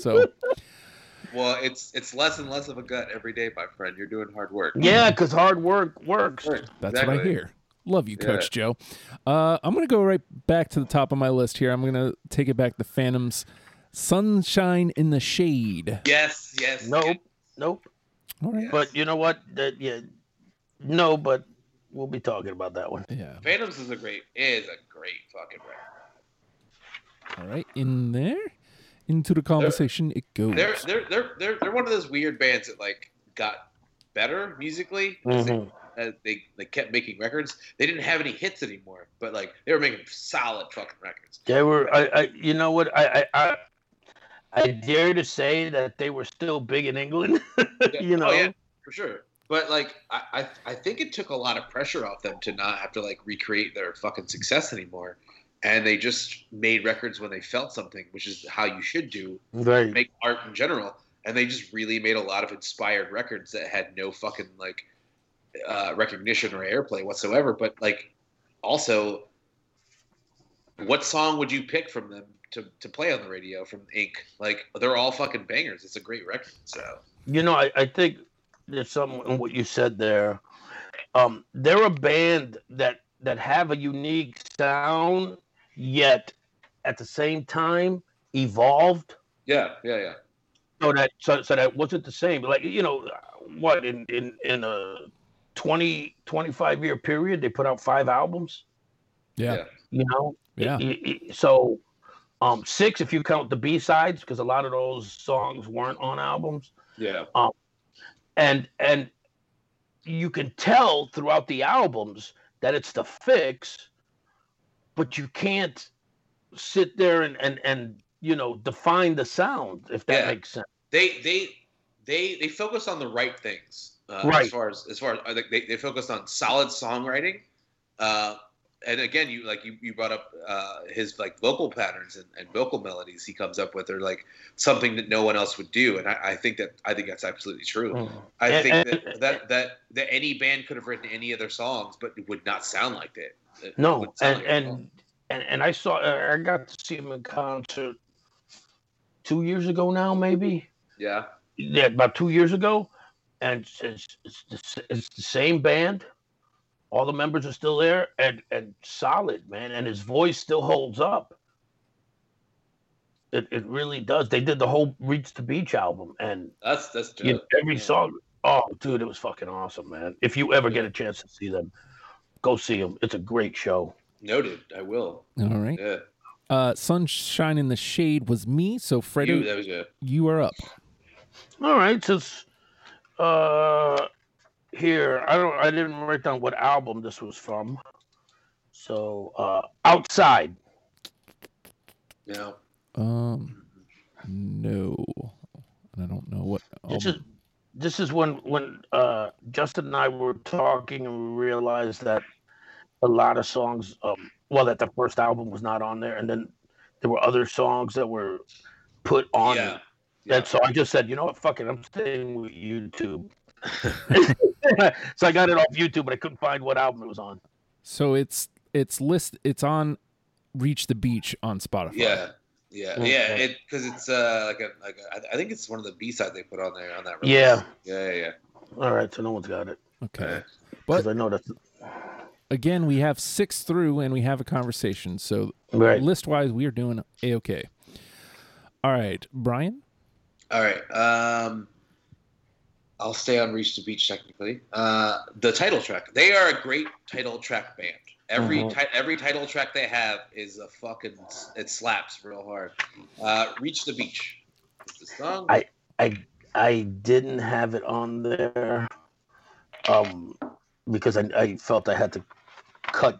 So
Well, it's it's less and less of a gut every day, my friend. You're doing hard work.
Yeah, because hard work works.
Work.
That's
Exactly.
what I hear. Love you,
Yeah.
Coach Joe. Uh, I'm going to go right back to the top of my list here. I'm going to take it back to Phantoms. Sunshine in the Shade.
Yes, yes.
Nope. Nope.
All right.
But you know what? That yeah. No, but we'll be talking about that one.
Yeah.
Phantoms is a great is a great fucking record.
All right. In there. Into the conversation it
Hmm.
goes.
They're they're they're they're they're one of those weird bands that like got better musically. as they-
Mhm.
as uh, they like kept making records. They didn't have any hits anymore, but like they were making solid fucking records.
They were. I, I. You know what? I. I. I I dare to say that they were still big in England. <laughs> you know,
oh, yeah, for sure. But like I, I I think it took a lot of pressure off them to not have to like recreate their fucking success anymore. And they just made records when they felt something, which is how you should do
right?
make art in general, and they just really made a lot of inspired records that had no fucking like uh, recognition or airplay whatsoever. But like, also, what song would you pick from them to, to play on the radio from Inc? Like, they're all fucking bangers. It's a great record. So
You know, I, I think there's something in what you said there. Um, they're a band that that have a unique sound, yet at the same time evolved.
yeah, yeah, yeah.
So that so, so that wasn't the same. Like you know, what in in in a 20 25 year period they put out five albums.
yeah.
yeah.
You know,
Yeah.
Y- y- so um six if you count the B sides because a lot of those songs weren't on albums.
Yeah,
and and you can tell throughout the albums that it's the fix but you can't sit there and and, and you know define the sound if that
Yeah.
makes sense
they they they they focus on the right things uh,
Right.
as far as as far as like, they, they focused on solid songwriting uh and again you like you, you brought up uh his like vocal patterns and, and vocal melodies he comes up with are like something that no one else would do and i, I think that i think that's absolutely true
Mm-hmm.
i
Mm. And-
think
and-
that, that that that any band could have written any of their songs but it would not sound like that It
no
wouldn't
and
sound like it at all.
and, and and i saw i got to see him in concert two years ago now maybe
yeah
yeah, about two years ago, and it's, it's, it's, the, s- it's the same band. All the members are still there, and and solid man, and his voice still holds up. It, it really does. They did the whole "Reach the Beach" album, and
that's that's uh,
you know,
dope.
every
Yeah.
song. Oh, dude, it was fucking awesome, man. If you ever get a chance to see them, go see them. It's a great show.
noted i will
All right.
yeah
Uh, Sunshine in the Shade was me. So, Fredo,
you,
you,
that was a
are up.
All right, since uh here, I don't I didn't write down what album this was from. So uh outside.
no
Um, no. And I don't know what. um,
This is
album-
this is when when uh Justin and I were talking and we realized that a lot of songs um well that the first album was not on there and then there were other songs that were put on
yeah
it. That's so I just said, you know what, fuck it, I'm staying with
<laughs>
YouTube. <laughs> so I got it off YouTube, but I couldn't find what album it was on.
so, it's it's list. It's on Reach the Beach on Spotify.
Yeah, yeah,
Okay.
yeah. It because it's uh like a like a, I- I think it's one of the B sides they put on there on that. Record.
Yeah.
yeah, yeah,
All right, so no one's got it.
Okay.
yeah.
But-
Because I know that's
again, we have six through and we have a conversation. So
right.
list wise, we are doing a okay. All right, Brian.
Uh, All right. Um, I'll stay on Reach the Beach technically. Uh, the title track. They are a great title track band. Every
Mhm.
ti- every title track they have is a fucking it slaps real hard. Uh, Reach the Beach. Is the song.
I- I I didn't have it on there, um, because I, I felt I had to cut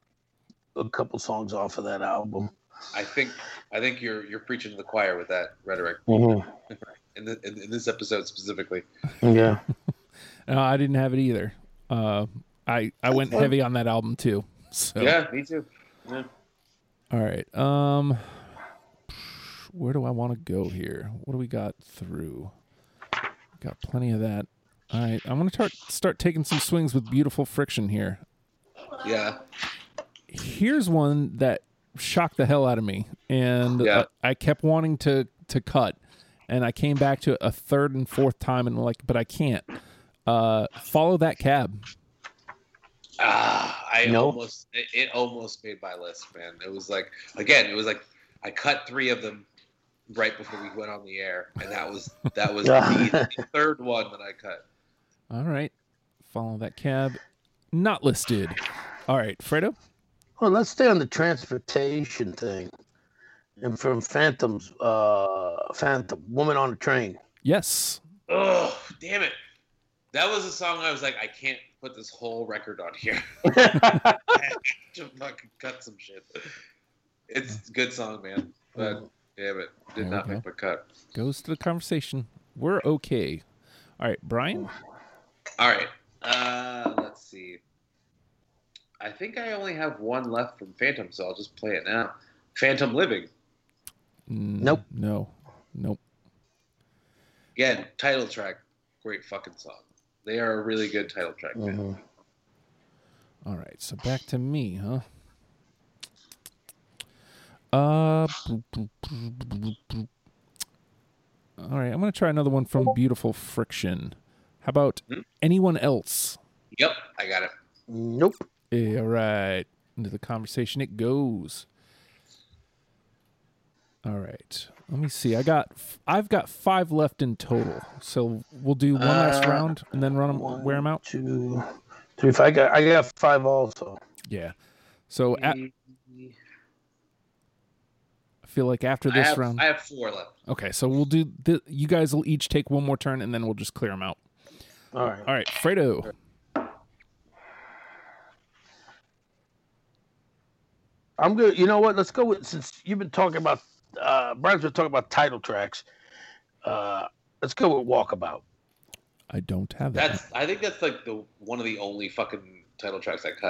a couple songs off of that album.
I think I think you're you're preaching to the choir with that rhetoric
Mm-hmm.
in, the, in, in this episode specifically.
Yeah,
No, Uh, I didn't have it either. Uh, I I went
Okay.
heavy on that album too. So
Yeah, me too.
all right. Um, where do I want to go here? What do we got through? Got plenty of that. All right, I'm gonna start start taking some swings with beautiful friction here.
Yeah.
here's one that shocked the hell out of me and
Yeah.
uh, I kept wanting to to cut and I came back to it a third and fourth time and like but I can't uh follow that cab
Ah, I
No.
almost it, it almost made my list, man. It was like again, it was like I cut three of them right before we went on the air, and that was that was the, the <laughs> third one that I cut.
all right follow that cab not listed all right Fredo
Well, let's stay on the transportation thing. And from Phantoms, uh, Phantom, Woman on a Train.
yes
Oh, damn it! That was a song I was like, I can't put this whole record on here. <laughs> to fucking cut some shit. It's a good song, man. But damn it,
There we
did not
go.
make my cut.
goes to the conversation we're okay all right Brian
All right. Uh, let's see. I think I only have one left from Phantom, so I'll just play it now. Phantom Living.
Mm,
Nope.
no nope
Again, title track. Great fucking song. They are a really good title track.
Mm-hmm.
band.
Um,
Mhm.
All right, so back to me, huh? Uh, all right, I'm gonna try another one from Beautiful Friction. How about
Hmm?
anyone else?
Yep, I got it.
Nope.
Yeah, all right, into the conversation it goes. All right, let me see. I got f- I've got five left in total, so we'll do one last
Uh,
round and then run 'em- wear them out.
Two, three, five. I got, I got five also.
Yeah. So a- I feel like after
I,
this
have,
round,
I have four left.
Okay, so we'll do. Th- you guys will each take one more turn, and then we'll just clear them out.
All right.
All right, Fredo.
I'm good. You know what? Let's go with since you've been talking about uh Brian's been talking about title tracks. Uh let's go with Walkabout.
I don't have that.
That's. I think that's like the one of the only fucking title tracks I
<laughs>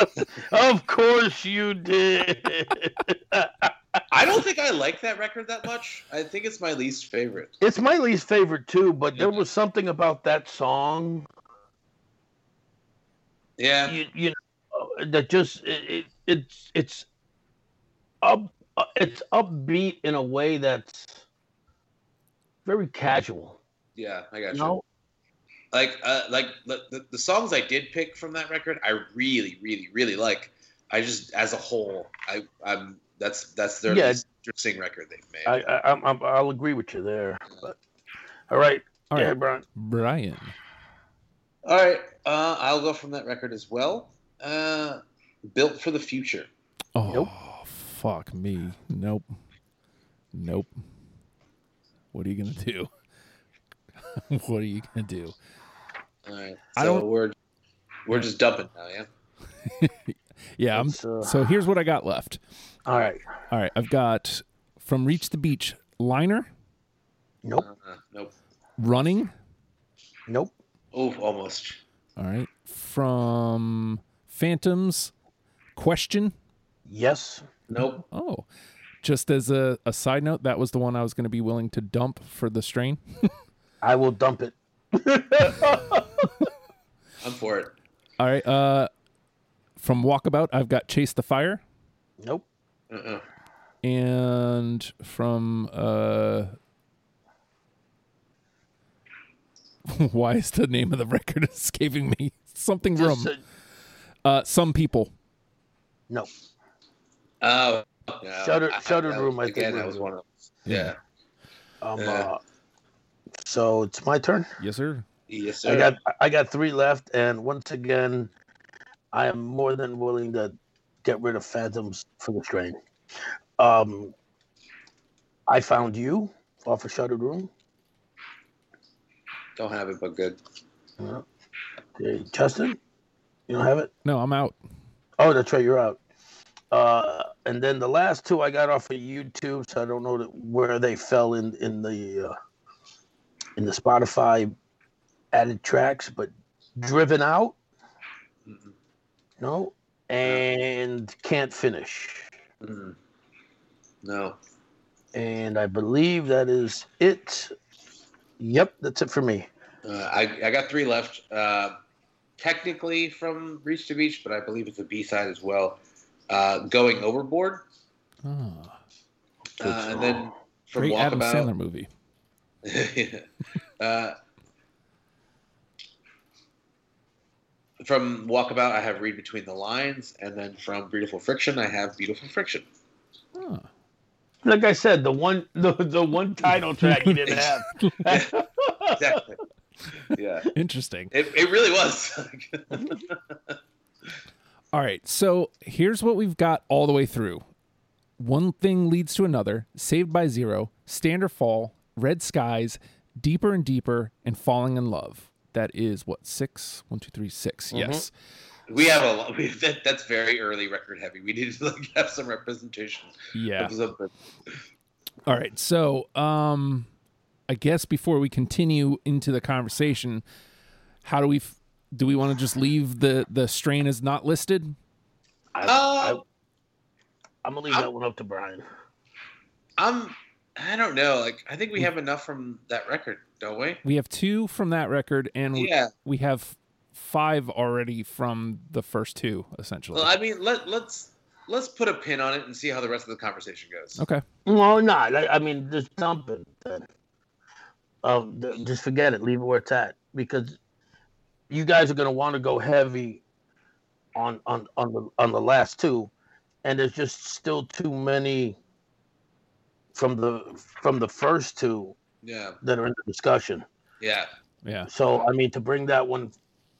cut.
Of course you did. <laughs>
I don't think I like that record that much. I think it's my least favorite.
it's my least favorite too, but there was something about that song
Yeah.
you, you know that just it, it, it's it's up it's upbeat in a way that's very casual.
Yeah, I got
You
you.
know?
Like, uh, like the, the- the songs I did pick from that record, I really, really, really like. I just, as a whole, I, I'm that's that's their
Yeah.
most interesting record they've made.
I, I I'm, I'm, I'll agree with you there. But all right,
All
yeah,
right,
Brian.
Brian.
All right, uh, I'll go from that record as well. Uh, Built for the Future.
Oh,
Nope.
fuck me. Nope. Nope. What are you gonna do? <laughs> what are you gonna do?
All right, so
I don't-
we're we're just dumping now, yeah.
Yeah. I'm,
It's, uh,
so here's what I got left.
all right.
All right, I've got from Reach the Beach, Liner,
Nope.
Uh, nope.
Running.
Nope.
Oh, almost.
All right, from Phantoms, Question.
Yes.
Nope.
Oh, just as a, a side note, that was the one I was going to be willing to dump for the strain.
I will dump it. <laughs>
I'm for it.
All right. Uh, from Walkabout, I've got Chase the Fire, <laughs>
nope.
Uh-uh.
and from uh, <laughs> why is the name of the record <laughs> escaping me? Something room.
Just, uh,
Uh, some people.
no.
Oh, no,
Shutter-
I-
Shutter
that
Room,
was-
I think
Again,
was-
that was one of those. Yeah.
Um,
Yeah.
uh, so it's my turn.
Yes, sir.
Yes, sir.
I got I got three left, and once again, I am more than willing to get rid of Phantoms for the train. Um, I found you off a shuttered room.
Don't have it, but good.
Yeah. Okay, Uh, Justin, you don't have it.
No, I'm out.
Oh, that's right, you're out. Uh, and then the last two I got off of YouTube, so I don't know that, where they fell in in the uh, in the Spotify added tracks, but driven out.
Mm-mm.
No. And can't finish.
Mm-mm. Mm-hmm. No.
And I believe that is it. Yep, that's it for me.
Uh, I, I got three left. Uh, technically from Reach to Beach, but I believe it's a B side as well. Uh, Going Overboard.
Ah,
Uh, and then from
great Adam Sandler
Walkabout.
movie.
<laughs> uh, from Walkabout, I have Read Between the Lines. And then from Beautiful Friction, I have Beautiful Friction.
Ah.
Like I said, the one <laughs> the, the one title track he didn't have.
Exactly. yeah.
Interesting.
It, it really was. <laughs>
All right. So here's what we've got all the way through. One thing leads to another. Saved by Zero, Stand or Fall, Red Skies, Deeper and Deeper, and Falling in Love. That is what six? One, two, three, six.
Mhm.
Yes.
we have a lot. <laughs> We, that, that's very early record heavy. We need to like, have some representation.
Yeah.
of something.
All right. So, um, I guess before we continue into the conversation, how do we? F- do we want to just leave the the strain as not listed?
I,
Uh,
am gonna leave that one up to Brian.
I'm. I don't know. Like, I think
Mm.
we have enough from that record, don't we?
We have two from that record, and we-
Yeah.
we have five already from the first two, essentially.
Well, I mean, let let's let's put a pin on it and see how the rest of the conversation goes.
okay.
No, not. I, I mean, just dump it. Then. Um, th- just forget it. Leave it where it's at because you guys are gonna want to go heavy on on on the on the last two, and there's just still too many from the from the first two
Yeah.
that are in the discussion.
<laughs>
Yeah.
Yeah.
So I mean, to bring that one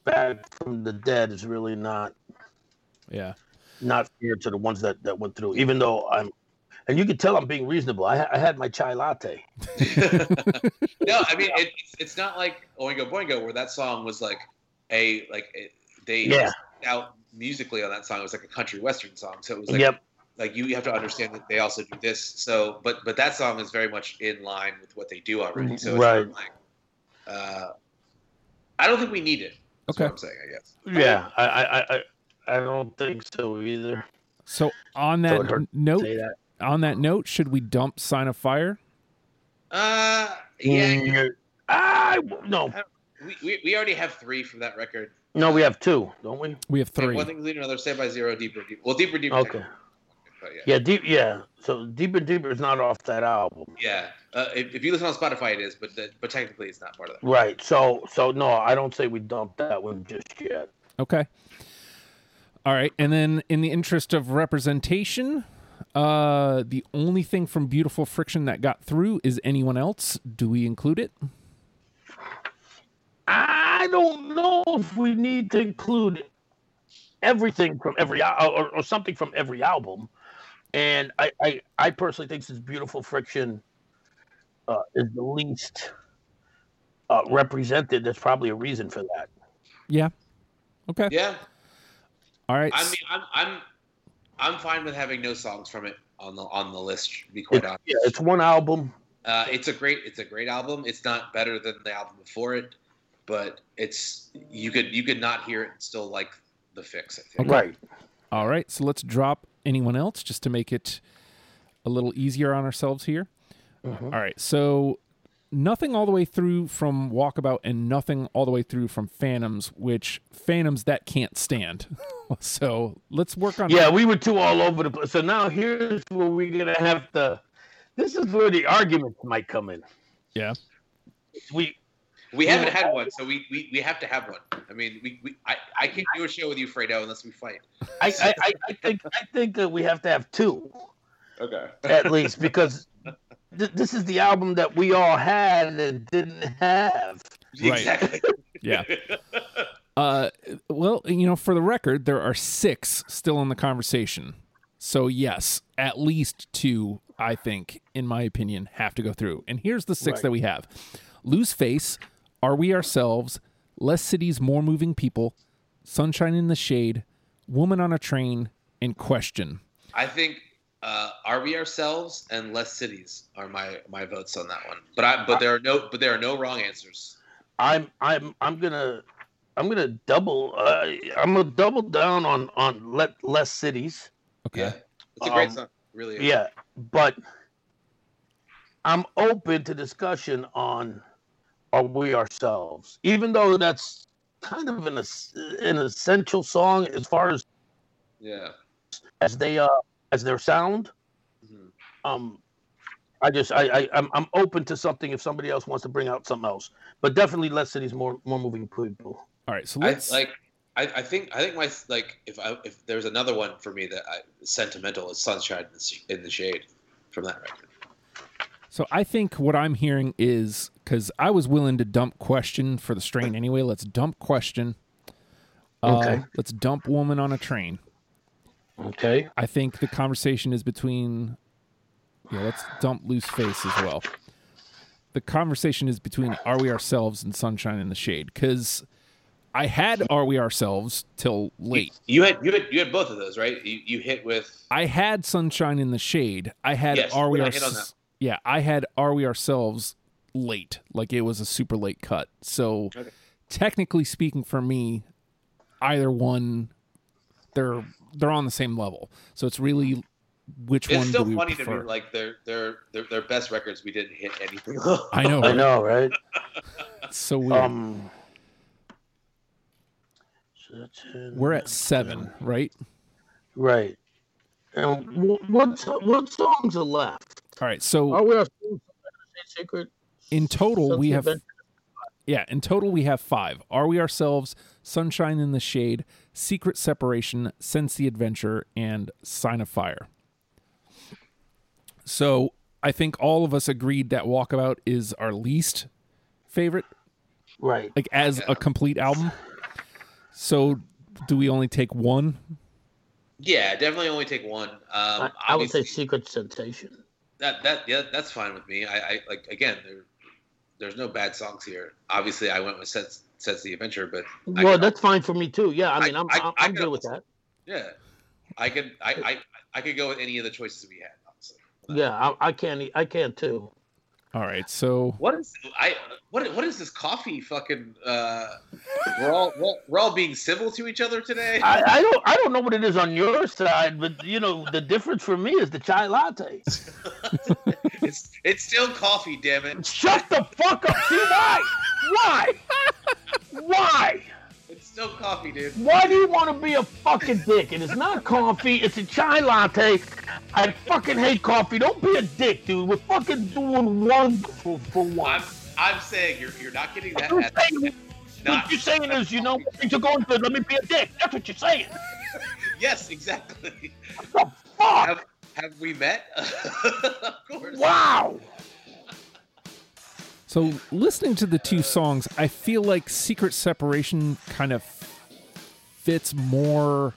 back from the dead is really not
Yeah.
not fair to the ones that that went through. Even though I'm, and you can tell I'm being reasonable. I, ha- I had my chai latte.
no, I mean, it, it's it's not like Oingo Boingo where that song was like a like it, they
Yeah.
out musically on that song. It was like a country western song, so it was like
yep.
like you have to understand that they also do this. So, but but that song is very much in line with what they do already. So, it's
Right.
not like, uh, I don't think we need it. is
Okay.
what I'm saying, I guess.
Yeah, I, I, I- I, I don't think so either.
So on
So
that
it hurt
n- note,
Say that.
on that note, should we dump Sign of Fire?
Uh, yeah,
You're- I no,
we, we, we already have three from that record.
no, we have two, don't we?
We have
Like,
three.
one thing leading to another, Saved by Zero, Deeper, Deeper. Well, Deeper, Deeper.
Okay.
technically, But yeah.
Yeah, deep. Yeah, so deeper, deeper is not off that album,
Yeah. Uh, if, if you listen on Spotify, it is, but the, but technically, it's not part of that.
right? So, so no, I don't say we dump that one just yet.
Okay. All right. And then in the interest of representation, uh the only thing from Beautiful Friction that got through is anyone else. Do we include it?
I don't know if we need to include everything from every al- or, or something from every album. And I, I, I personally think this beautiful friction uh, is the least uh, represented. There's probably a reason for that.
Okay.
Yeah.
All right.
I mean, I'm I'm I'm fine with having no songs from it on the on the list. To be quite honest.
Yeah, it's one album.
Uh, it's a great it's a great album. It's not better than the album before it, but it's you could you could not hear it and still like the fix. I think.
Right.
All right, so let's drop anyone else just to make it a little easier on ourselves here.
Mhm.
All right, so nothing all the way through from Walkabout and nothing all the way through from Phantoms, which Phantoms that can't stand. <laughs> so let's work on
Yeah, we were two all over the place. So now here's where we're gonna have to. This is where the arguments might come in.
Yeah.
We
We haven't had one, so we, we, we have to have one. I mean, we, we I, I can't do a show with you, Fredo, unless we fight.
I, I, I, I think I think that we have to have two.
Okay.
at least because th- this is the album that we all had and didn't have.
Right.
<laughs> Exactly.
Yeah. Uh, well, you know, for the record, there are six still in the conversation. So yes, at least two, I think, in my opinion, have to go through. And here's the six
Right.
that we have: Lose Face, Are We Ourselves, Less Cities, More Moving People, Sunshine in the Shade, Woman on a Train, and Question.
<laughs> I think uh, "Are We Ourselves" and "Less Cities" are my my votes on that one. But I but there are no but there are no wrong answers.
I'm I'm I'm gonna I'm gonna double uh, I'm gonna double down on on let less cities.
Okay.
it's a great
Um,
song. Really. is.
Yeah, but I'm open to discussion on are we ourselves, even though that's kind of an es- an essential song as far as
Yeah.
as they uh as their sound.
Mhm.
Um, I just I, I I'm I'm open to something if somebody else wants to bring out something else, but definitely less cities, more more moving people.
All right. So
I
let's
like. I, I think I think my like if I if there's another one for me that I, sentimental is "Sunshine in the, Sh- in the Shade" from that record.
So I think what I'm hearing is because I was willing to dump question for the strain anyway. Let's dump question. Uh,
Okay.
Let's dump woman on a train.
Okay.
I think the conversation is between. Yeah, let's dump loose face as well. The conversation is between are we ourselves and sunshine in the shade because I had are we ourselves till late.
You had you had you had both of those right. You, you hit with
I had sunshine in the shade. I had
Yes,
are we
I hit on
ourselves? Yeah, I had are we ourselves late. Like it was a super late cut. So
Okay.
technically speaking, for me, either one, they're they're on the same level. So it's really which one
it's still
do we
funny
prefer?
to me like their their their their best records we didn't hit
<laughs>
anything. on.
I know,
I <laughs>
right?
know, right?
It's so weird.
Um. so that's it.
We're at seven, right?
right. And wh- what so- what songs are left?
All right. So
Are we our secret?
in total, we
Something
have
that-
Yeah, in total we have five. Are we ourselves? Sunshine in the shade, secret separation, sense the adventure, and sign of fire. So I think all of us agreed that Walkabout is our least favorite,
Right.
like as
Yeah.
a complete album. So do we only take one?
yeah, definitely only take one. Um,
I, I would say
obviously-
secret sensation.
that that yeah, that's fine with me. I, I like again, there, there's no bad songs here. Obviously, I went with Sets Sets the Adventure, but I
Well,
can-
that's fine for me too. Yeah, I
I-
mean, I, am I,
I-
am
I
I'm
can
good with that.
yeah, I could I I, I could go with any of the choices we had. Honestly,
Yeah, I, I can e- I can too.
All right, so
what is I what what is this coffee fucking? Uh, we're all we're, we're all being civil to each other today.
I, I don't I don't know what it is on your side, but you know the difference for me is the chai latte.
it's it's still coffee, damn it.
Shut the fuck up! See why? Why? Why?
It's still coffee, dude.
Why do you want to be a fucking dick? It is not coffee. It's a chai latte. I fucking hate coffee. Don't be a dick, dude. We're fucking doing one for, for one.
I'm I'm saying you're you're not getting that.
You're
at-
saying-
not-
what you're saying is, you know, you're going to let me be a dick. That's what you're saying.
yes, exactly. <laughs>
Fuck!
Have we met? <laughs> of course.
Wow!
so listening to the two songs, I feel like secret separation kind of fits more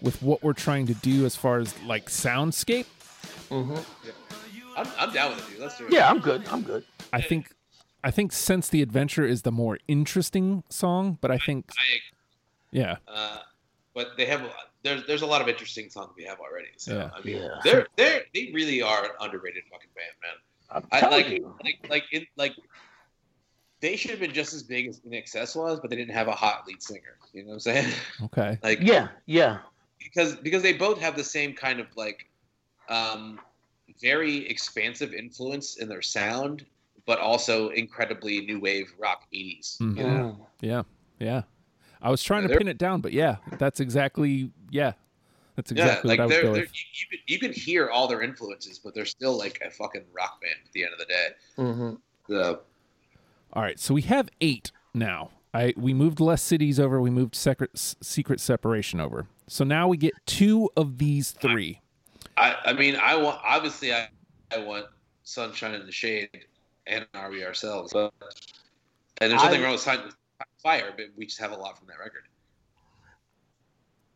with what we're trying to do as far as like soundscape.
I'm, I'm down with it, dude. Let's do it.
Yeah, I'm good. I'm good.
I think I think Sense the Adventure is the more interesting song, but I think
I,
yeah.
uh, but they have there's there's a lot of interesting songs we have already. So
Yeah.
I mean,
Yeah.
they're they're they really are an underrated fucking band, man.
I'm
I
telling
like
you.
like like in like they should have been just as big as In Excess was, but they didn't have a hot lead singer. You know what I'm saying? <laughs>
Okay.
Like
Yeah, yeah.
because because they both have the same kind of like um, very expansive influence in their sound, but also incredibly new wave rock 80s.
Mhm.
You know?
Mm.
Yeah. Yeah. I was trying
Yeah,
to
they're-
pin it down, but yeah, that's exactly yeah. That's exactly
yeah,
what I would
like they're,
go
they're, you,
with.
you, can, you can hear all their influences, but they're still like a fucking rock band at the end of the day.
Mhm.
So,
All right, so we have 8 now. I we moved less cities over, we moved secret S- secret separation over. So now we get two of these three.
I, I mean, I want obviously I, I want Sunshine in the Shade and Are We Ourselves. But, and there's nothing
I-
wrong with Sign Fire, but we just have a lot from that record.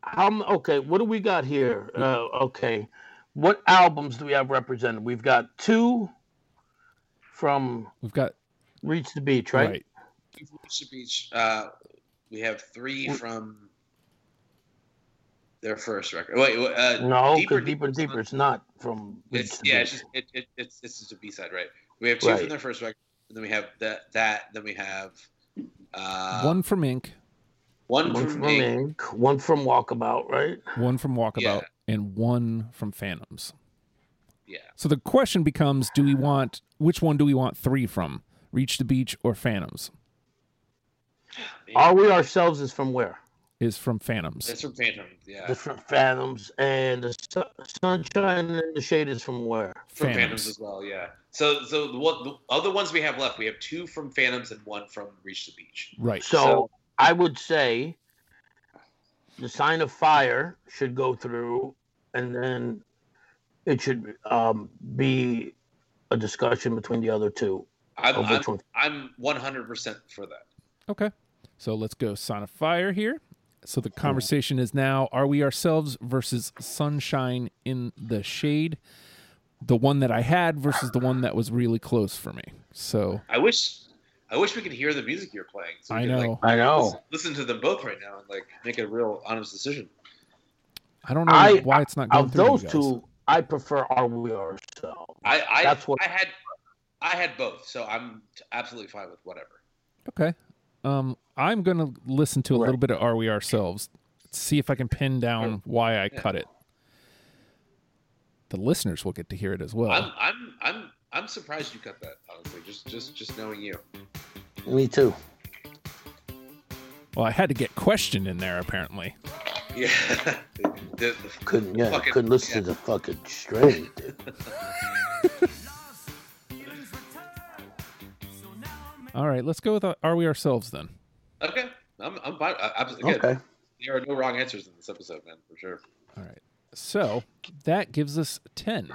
How m- okay, what do we got here? Uh, okay, what albums do we have represented? We've got two from
We've got
Reach the Beach, right?
We've reached the beach. Uh, we have three
We-
from their first record. Wait, wait, uh,
No, 'cause deeper,
Deeper,
deeper,
Deeper's
deeper.
not-
It's not from Reach
it's,
the
yeah,
Beach.
it's just it, it, it's it's just a B side, right? We have two
Right.
from their first record, and then we have that that. Then we have uh,
one from Ink,
one
one
from,
from
Ink.
Ink, one from Walkabout, right?
one from Walkabout,
Yeah.
and one from Phantoms.
Yeah,
So the question becomes: Do we want which one? Do we want three from? Reach the Beach or Phantoms?
Are We Ourselves is from where?
Is from Phantoms.
that's from Phantom. Yeah,
The Fr- Phantoms and the Su- Sunshine and the Shade is from where?
from Phantoms. as well. Yeah. So so the, one- the other ones we have left, we have two from Phantoms and one from Reach the Beach.
Right.
So,
So-
I would say the sign of fire should go through, and then it should um, be a discussion between the other two
I'm
of
I'm,
Oh, which one.
I'm 100% for that.
Okay. So let's go Son of Fire here. So the conversation is now Are We Ourselves versus Sunshine in the Shade? The one that I had versus the one that was really close for me. So
I wish I wish we could hear the music you're playing. So we
I
could,
know.
like,
I
listen, listen to them both right now and like make a real honest decision.
I don't know
I-
why it's not going
Of
through. you
those
guys.
two, I prefer Are We Ourselves.
I I,
That's what-
I had I had both, so I'm t- absolutely fine with whatever.
Okay. Um, I'm going to listen to a
Right.
little bit of Are We Ourselves, see if I can pin down why I
Yeah.
cut it. The listeners will get to hear it
Oh.
as well.
I'm I'm I'm I'm surprised you cut that honestly. Just just just knowing you. <laughs>
Me too.
Well, I had to get question in there apparently.
Yeah. <laughs> The- the-
Couldn't yeah,
Fucking-
couldn't listen to the fucking string. dude.
All right, let's go with uh, Are We Ourselves then.
okay. I'm I'm fine. I, I'm, again,
okay.
There are no wrong answers in this episode, man, for sure.
All right. So that gives us 10.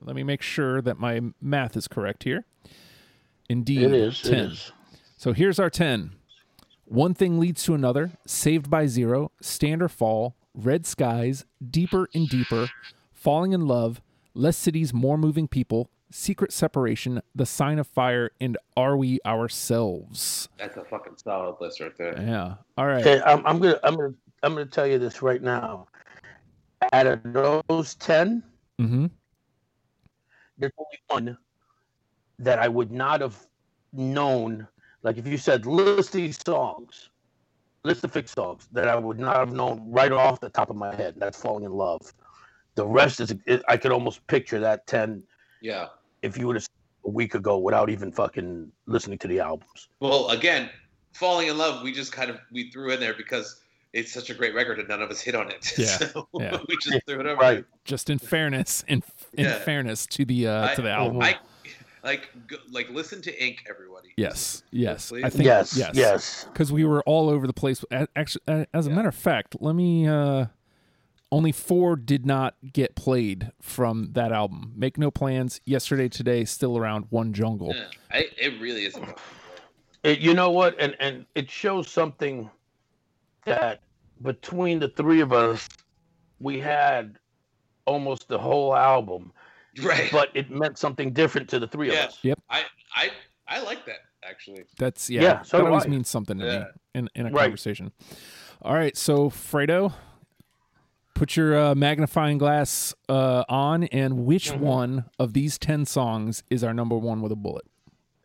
Let me make sure that my math is correct here. Indeed,
It is.
10.
It is.
So here's our 10. One thing leads to another, saved by zero, stand or fall, red skies, deeper and deeper, falling in love, less cities, more moving people, secret separation, the sign of fire, and are we ourselves?
That's a fucking solid list right there.
Yeah. All right.
Okay, I'm, I'm gonna I'm gonna I'm gonna tell you this right now. Out of those ten,
Mm-hmm.
there's only one that I would not have known. Like if you said list these songs, list the fix songs that I would not have known right off the top of my head. That's falling in love. The rest is it, I could almost picture that ten
Yeah.
if you would have a week ago without even fucking listening to the albums.
Well, again, falling in love, we just kind of we threw in there because it's such a great record and none of us hit on it. <laughs>
Yeah,
so
yeah.
we just threw it over.
Right.
Just in fairness, in, in
Yeah.
fairness to the uh,
I-
to the album.
I like go, like listen to Ink, everybody.
Yes. Yes.
Please.
I think
yes,
Yes.
yes.
Because we were all over the place. A- Actually, a- as a
Yeah.
matter of fact, let me. Uh, only four did not get played from that album. Make no plans. Yesterday, today, still around. One jungle.
Yeah, I, it really is. a-
It, you know what? And and it shows something that between the three of us, we had almost the whole album.
Right.
but it meant something different to the three
Yeah.
of us.
I I I like that actually.
That's yeah.
Yeah, so
that
do
always
I.
means something to me
Yeah.
in in a
Right.
conversation. All right, so Fredo, put your uh, magnifying glass uh, on, and which
Mm-hmm.
Mhm.
one of these ten songs is our number one with a bullet?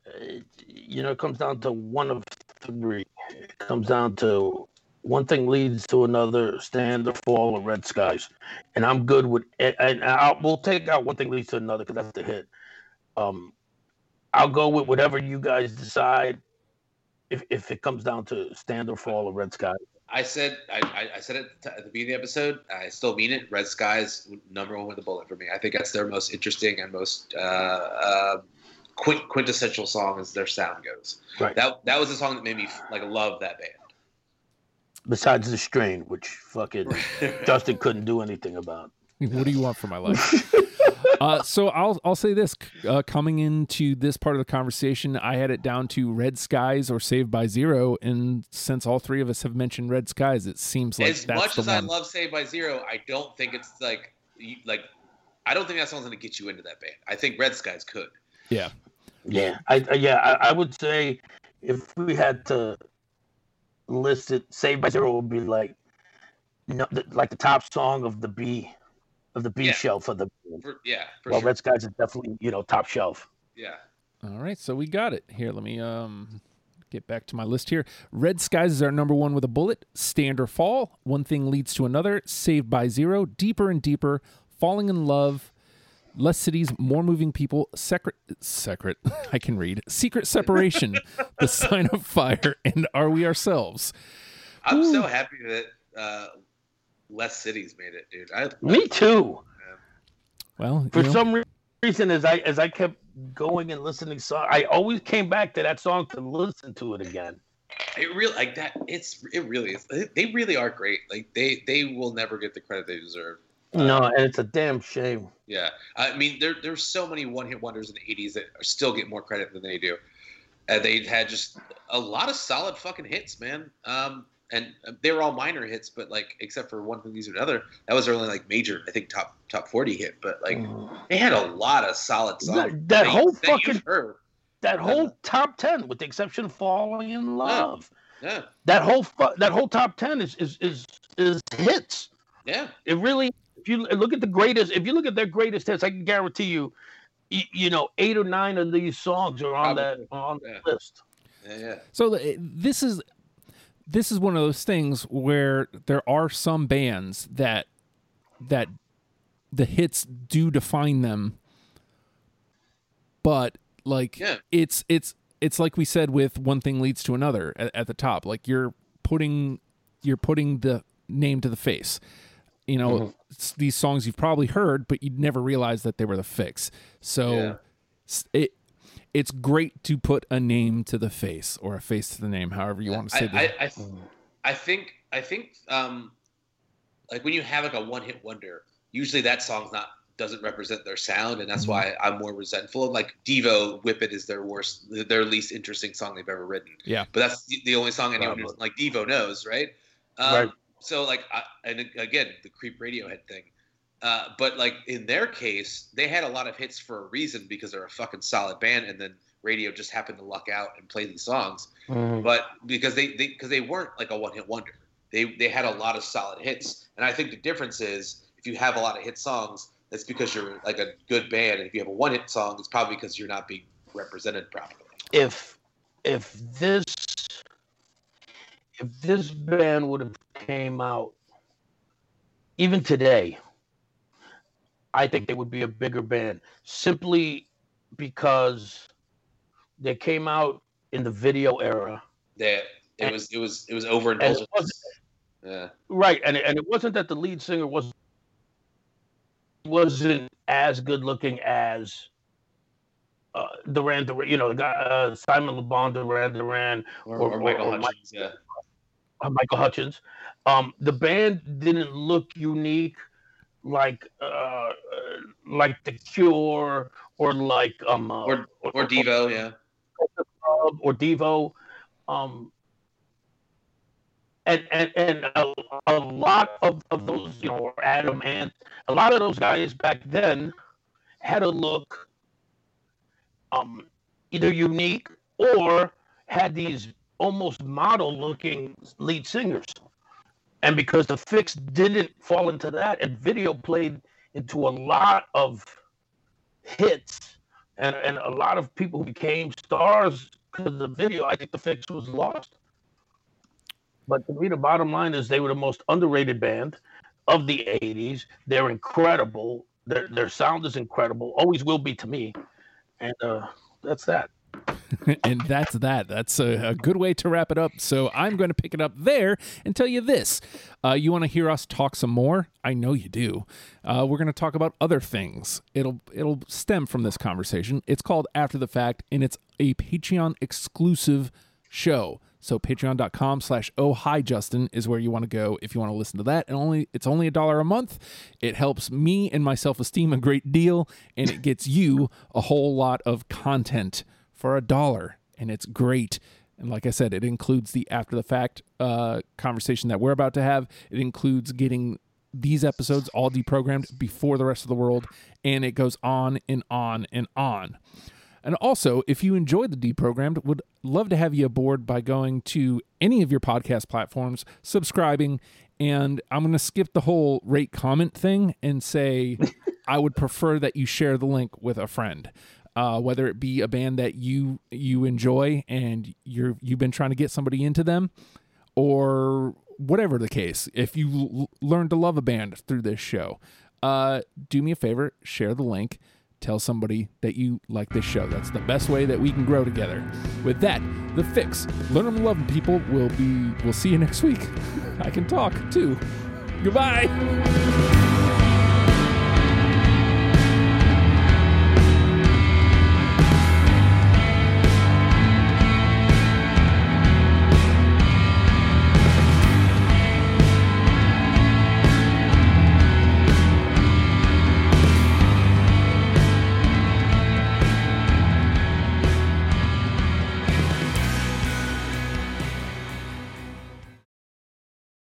It, Uh, you know, it comes down to one of three. It comes down to one thing leads to another, stand or fall or red skies. And I'm good with it. And I'll, we'll take out one thing leads to another because that's the hit. Um, I'll go with whatever you guys decide. If, if it comes down to stand or fall or red skies,
I said I, I, I said it t- at the beginning of the episode. I still mean it. Red Skies number one with a bullet for me. I think that's their most interesting and most uh, uh, quint- quintessential song as their sound goes.
Right.
That that was the song that made me like love that
<laughs> besides the strain, which fucking
<laughs>
band.
Justin couldn't do anything about.
What do you want for my life? uh, so I'll I'll say this: uh, coming into this part of the conversation, I had it down to Red Skies or Saved by Zero, and since all three of us have mentioned Red Skies, it seems like
as
that's
much
the
as
one.
I love Saved by Zero, I don't think it's like you, like I don't think that song's gonna get you into that band. I think Red Skies could.
yeah,
Yeah, I I- yeah, I, I would say if we had to list it, Saved by Zero would be like, no, the, like the top song of the B, of the B
Yeah.
shelf of the.
For, yeah, for
well,
sure.
Red Skies is definitely you know top shelf.
yeah.
All right, so we got it. Here, let me um get back to my list here. Red Skies is our number one with a bullet. Stand or fall. One thing leads to another. Saved by zero. Deeper and deeper. Falling in love. Less cities, more moving people. Secret, secret. <laughs> I can read. Secret separation. the <laughs> sign of fire. And are we ourselves?
I'm
Ooh.
so happy that uh, Less Cities made it, dude. I,
Me too.
Well,
For
you know,
some re- reason, as I as I kept going and listening, song I always came back to that song to listen to it again.
it really like that. It's it really is. They really are great. Like they they will never get the credit they deserve.
No, and it's a damn shame.
Yeah, I mean, there there's so many one hit wonders in the '80s that are still get more credit than they do. Uh, they had just a lot of solid fucking hits, man. Um, and uh, they were all minor hits, but like except for one thing leads to another, that was their only like major, I think, top top forty hit. But like they had a lot of solid songs.
Mm. That- that whole
that you've
fucking-
heard.
That whole top ten, with the exception of "Falling in Love,"
yeah,
that whole fu- that whole top ten is is is is hits.
yeah,
It really, if you look at the greatest, if you look at their greatest hits, I can guarantee you, you, you know, eight or nine of these songs are on that on the
Yeah.
list.
yeah, yeah.
So uh, this is this is one of those things where there are some bands that that the hits do define them, but like
Yeah.
it's it's it's like we said with one thing leads to another at, at the top. Like you're putting you're putting the name to the face. You know
Mm-hmm.
s- these songs you've probably heard, but you'd never realize that they were the fix. So
Yeah.
s- it it's great to put a name to the face or a face to the name, however you want to say
I,
that.
I, I, I think I think um, like when you have like a one hit wonder, usually that song's not doesn't represent their sound, and that's why I'm more resentful. of Like Devo, "Whip It" is their worst, their least interesting song they've ever written.
Yeah.
but that's the- the only song anyone who's, like Devo knows, right? Um,
Right.
So like, I, and again, the creep Radiohead thing. Uh, but like in their case, they had a lot of hits for a reason because they're a fucking solid band, and then radio just happened to luck out and play these songs but because they because they, weren't like a one hit wonder, they they had a lot of solid hits, and I think the difference is if you have a lot of hit songs, that's because you're like a good band, and if you have a one hit song, it's probably because you're not being represented properly.
If if this if this band would have came out even today, I think they would be a bigger band simply because they came out in the video era.
That it was it was it was
And
overindulgence.
it wasn't-
Yeah,
Right, and and it wasn't that the lead singer was wasn't as good looking as uh, Duran Duran, you know, the guy uh, Simon Le Bon Duran Duran
or,
Or-
or Michael
or- or
Hutchins. Yeah,
uh, Michael Hutchins. Um, the band didn't look unique like uh, like The Cure or like um uh,
Or- or Devo. Yeah,
Club or Devo, um, and and and a, a lot of, of those, you know, or Adam and a lot of those guys back then had a look, um, either unique or had these almost model-looking lead singers, and because the fix didn't fall into that, and video played into a lot of hits and and a lot of people became stars because of the video. I think the fix was lost. But to me, the bottom line is they were the most underrated band of the '80s. They're incredible. Their their sound is incredible. Always will be to me. And uh, that's that.
<laughs> and that's that. That's a, a good way to wrap it up. So I'm going to pick it up there and tell you this. Uh, you want to hear us talk some more? I know you do. Uh, we're going to talk about other things. It'll it'll stem from this conversation. It's called After the Fact, and it's a Patreon exclusive show. So patreon.com slash oh hi Justin is where you want to go if you want to listen to that. And only it's only a dollar a month. It helps me and my self-esteem a great deal, and it gets you a whole lot of content for a dollar. And it's great. And like I said, it includes the after the fact uh, conversation that we're about to have. It includes getting these episodes all deprogrammed before the rest of the world, and it goes on and on and on. And also, if you enjoyed the deprogrammed, would love to have you aboard by going to any of your podcast platforms, subscribing, and I'm going to skip the whole rate comment thing and say I would prefer that you share the link with a friend. Uh, whether it be a band that you you enjoy and you're you've been trying to get somebody into them, or whatever the case, if you l- learn to love a band through this show, uh, do me a favor, share the link, tell somebody that you like this show. That's the best way that we can grow together. With that, the fix, learn them, love 'em, people. <laughs> Will be. We'll see you next week. I can talk too. Goodbye.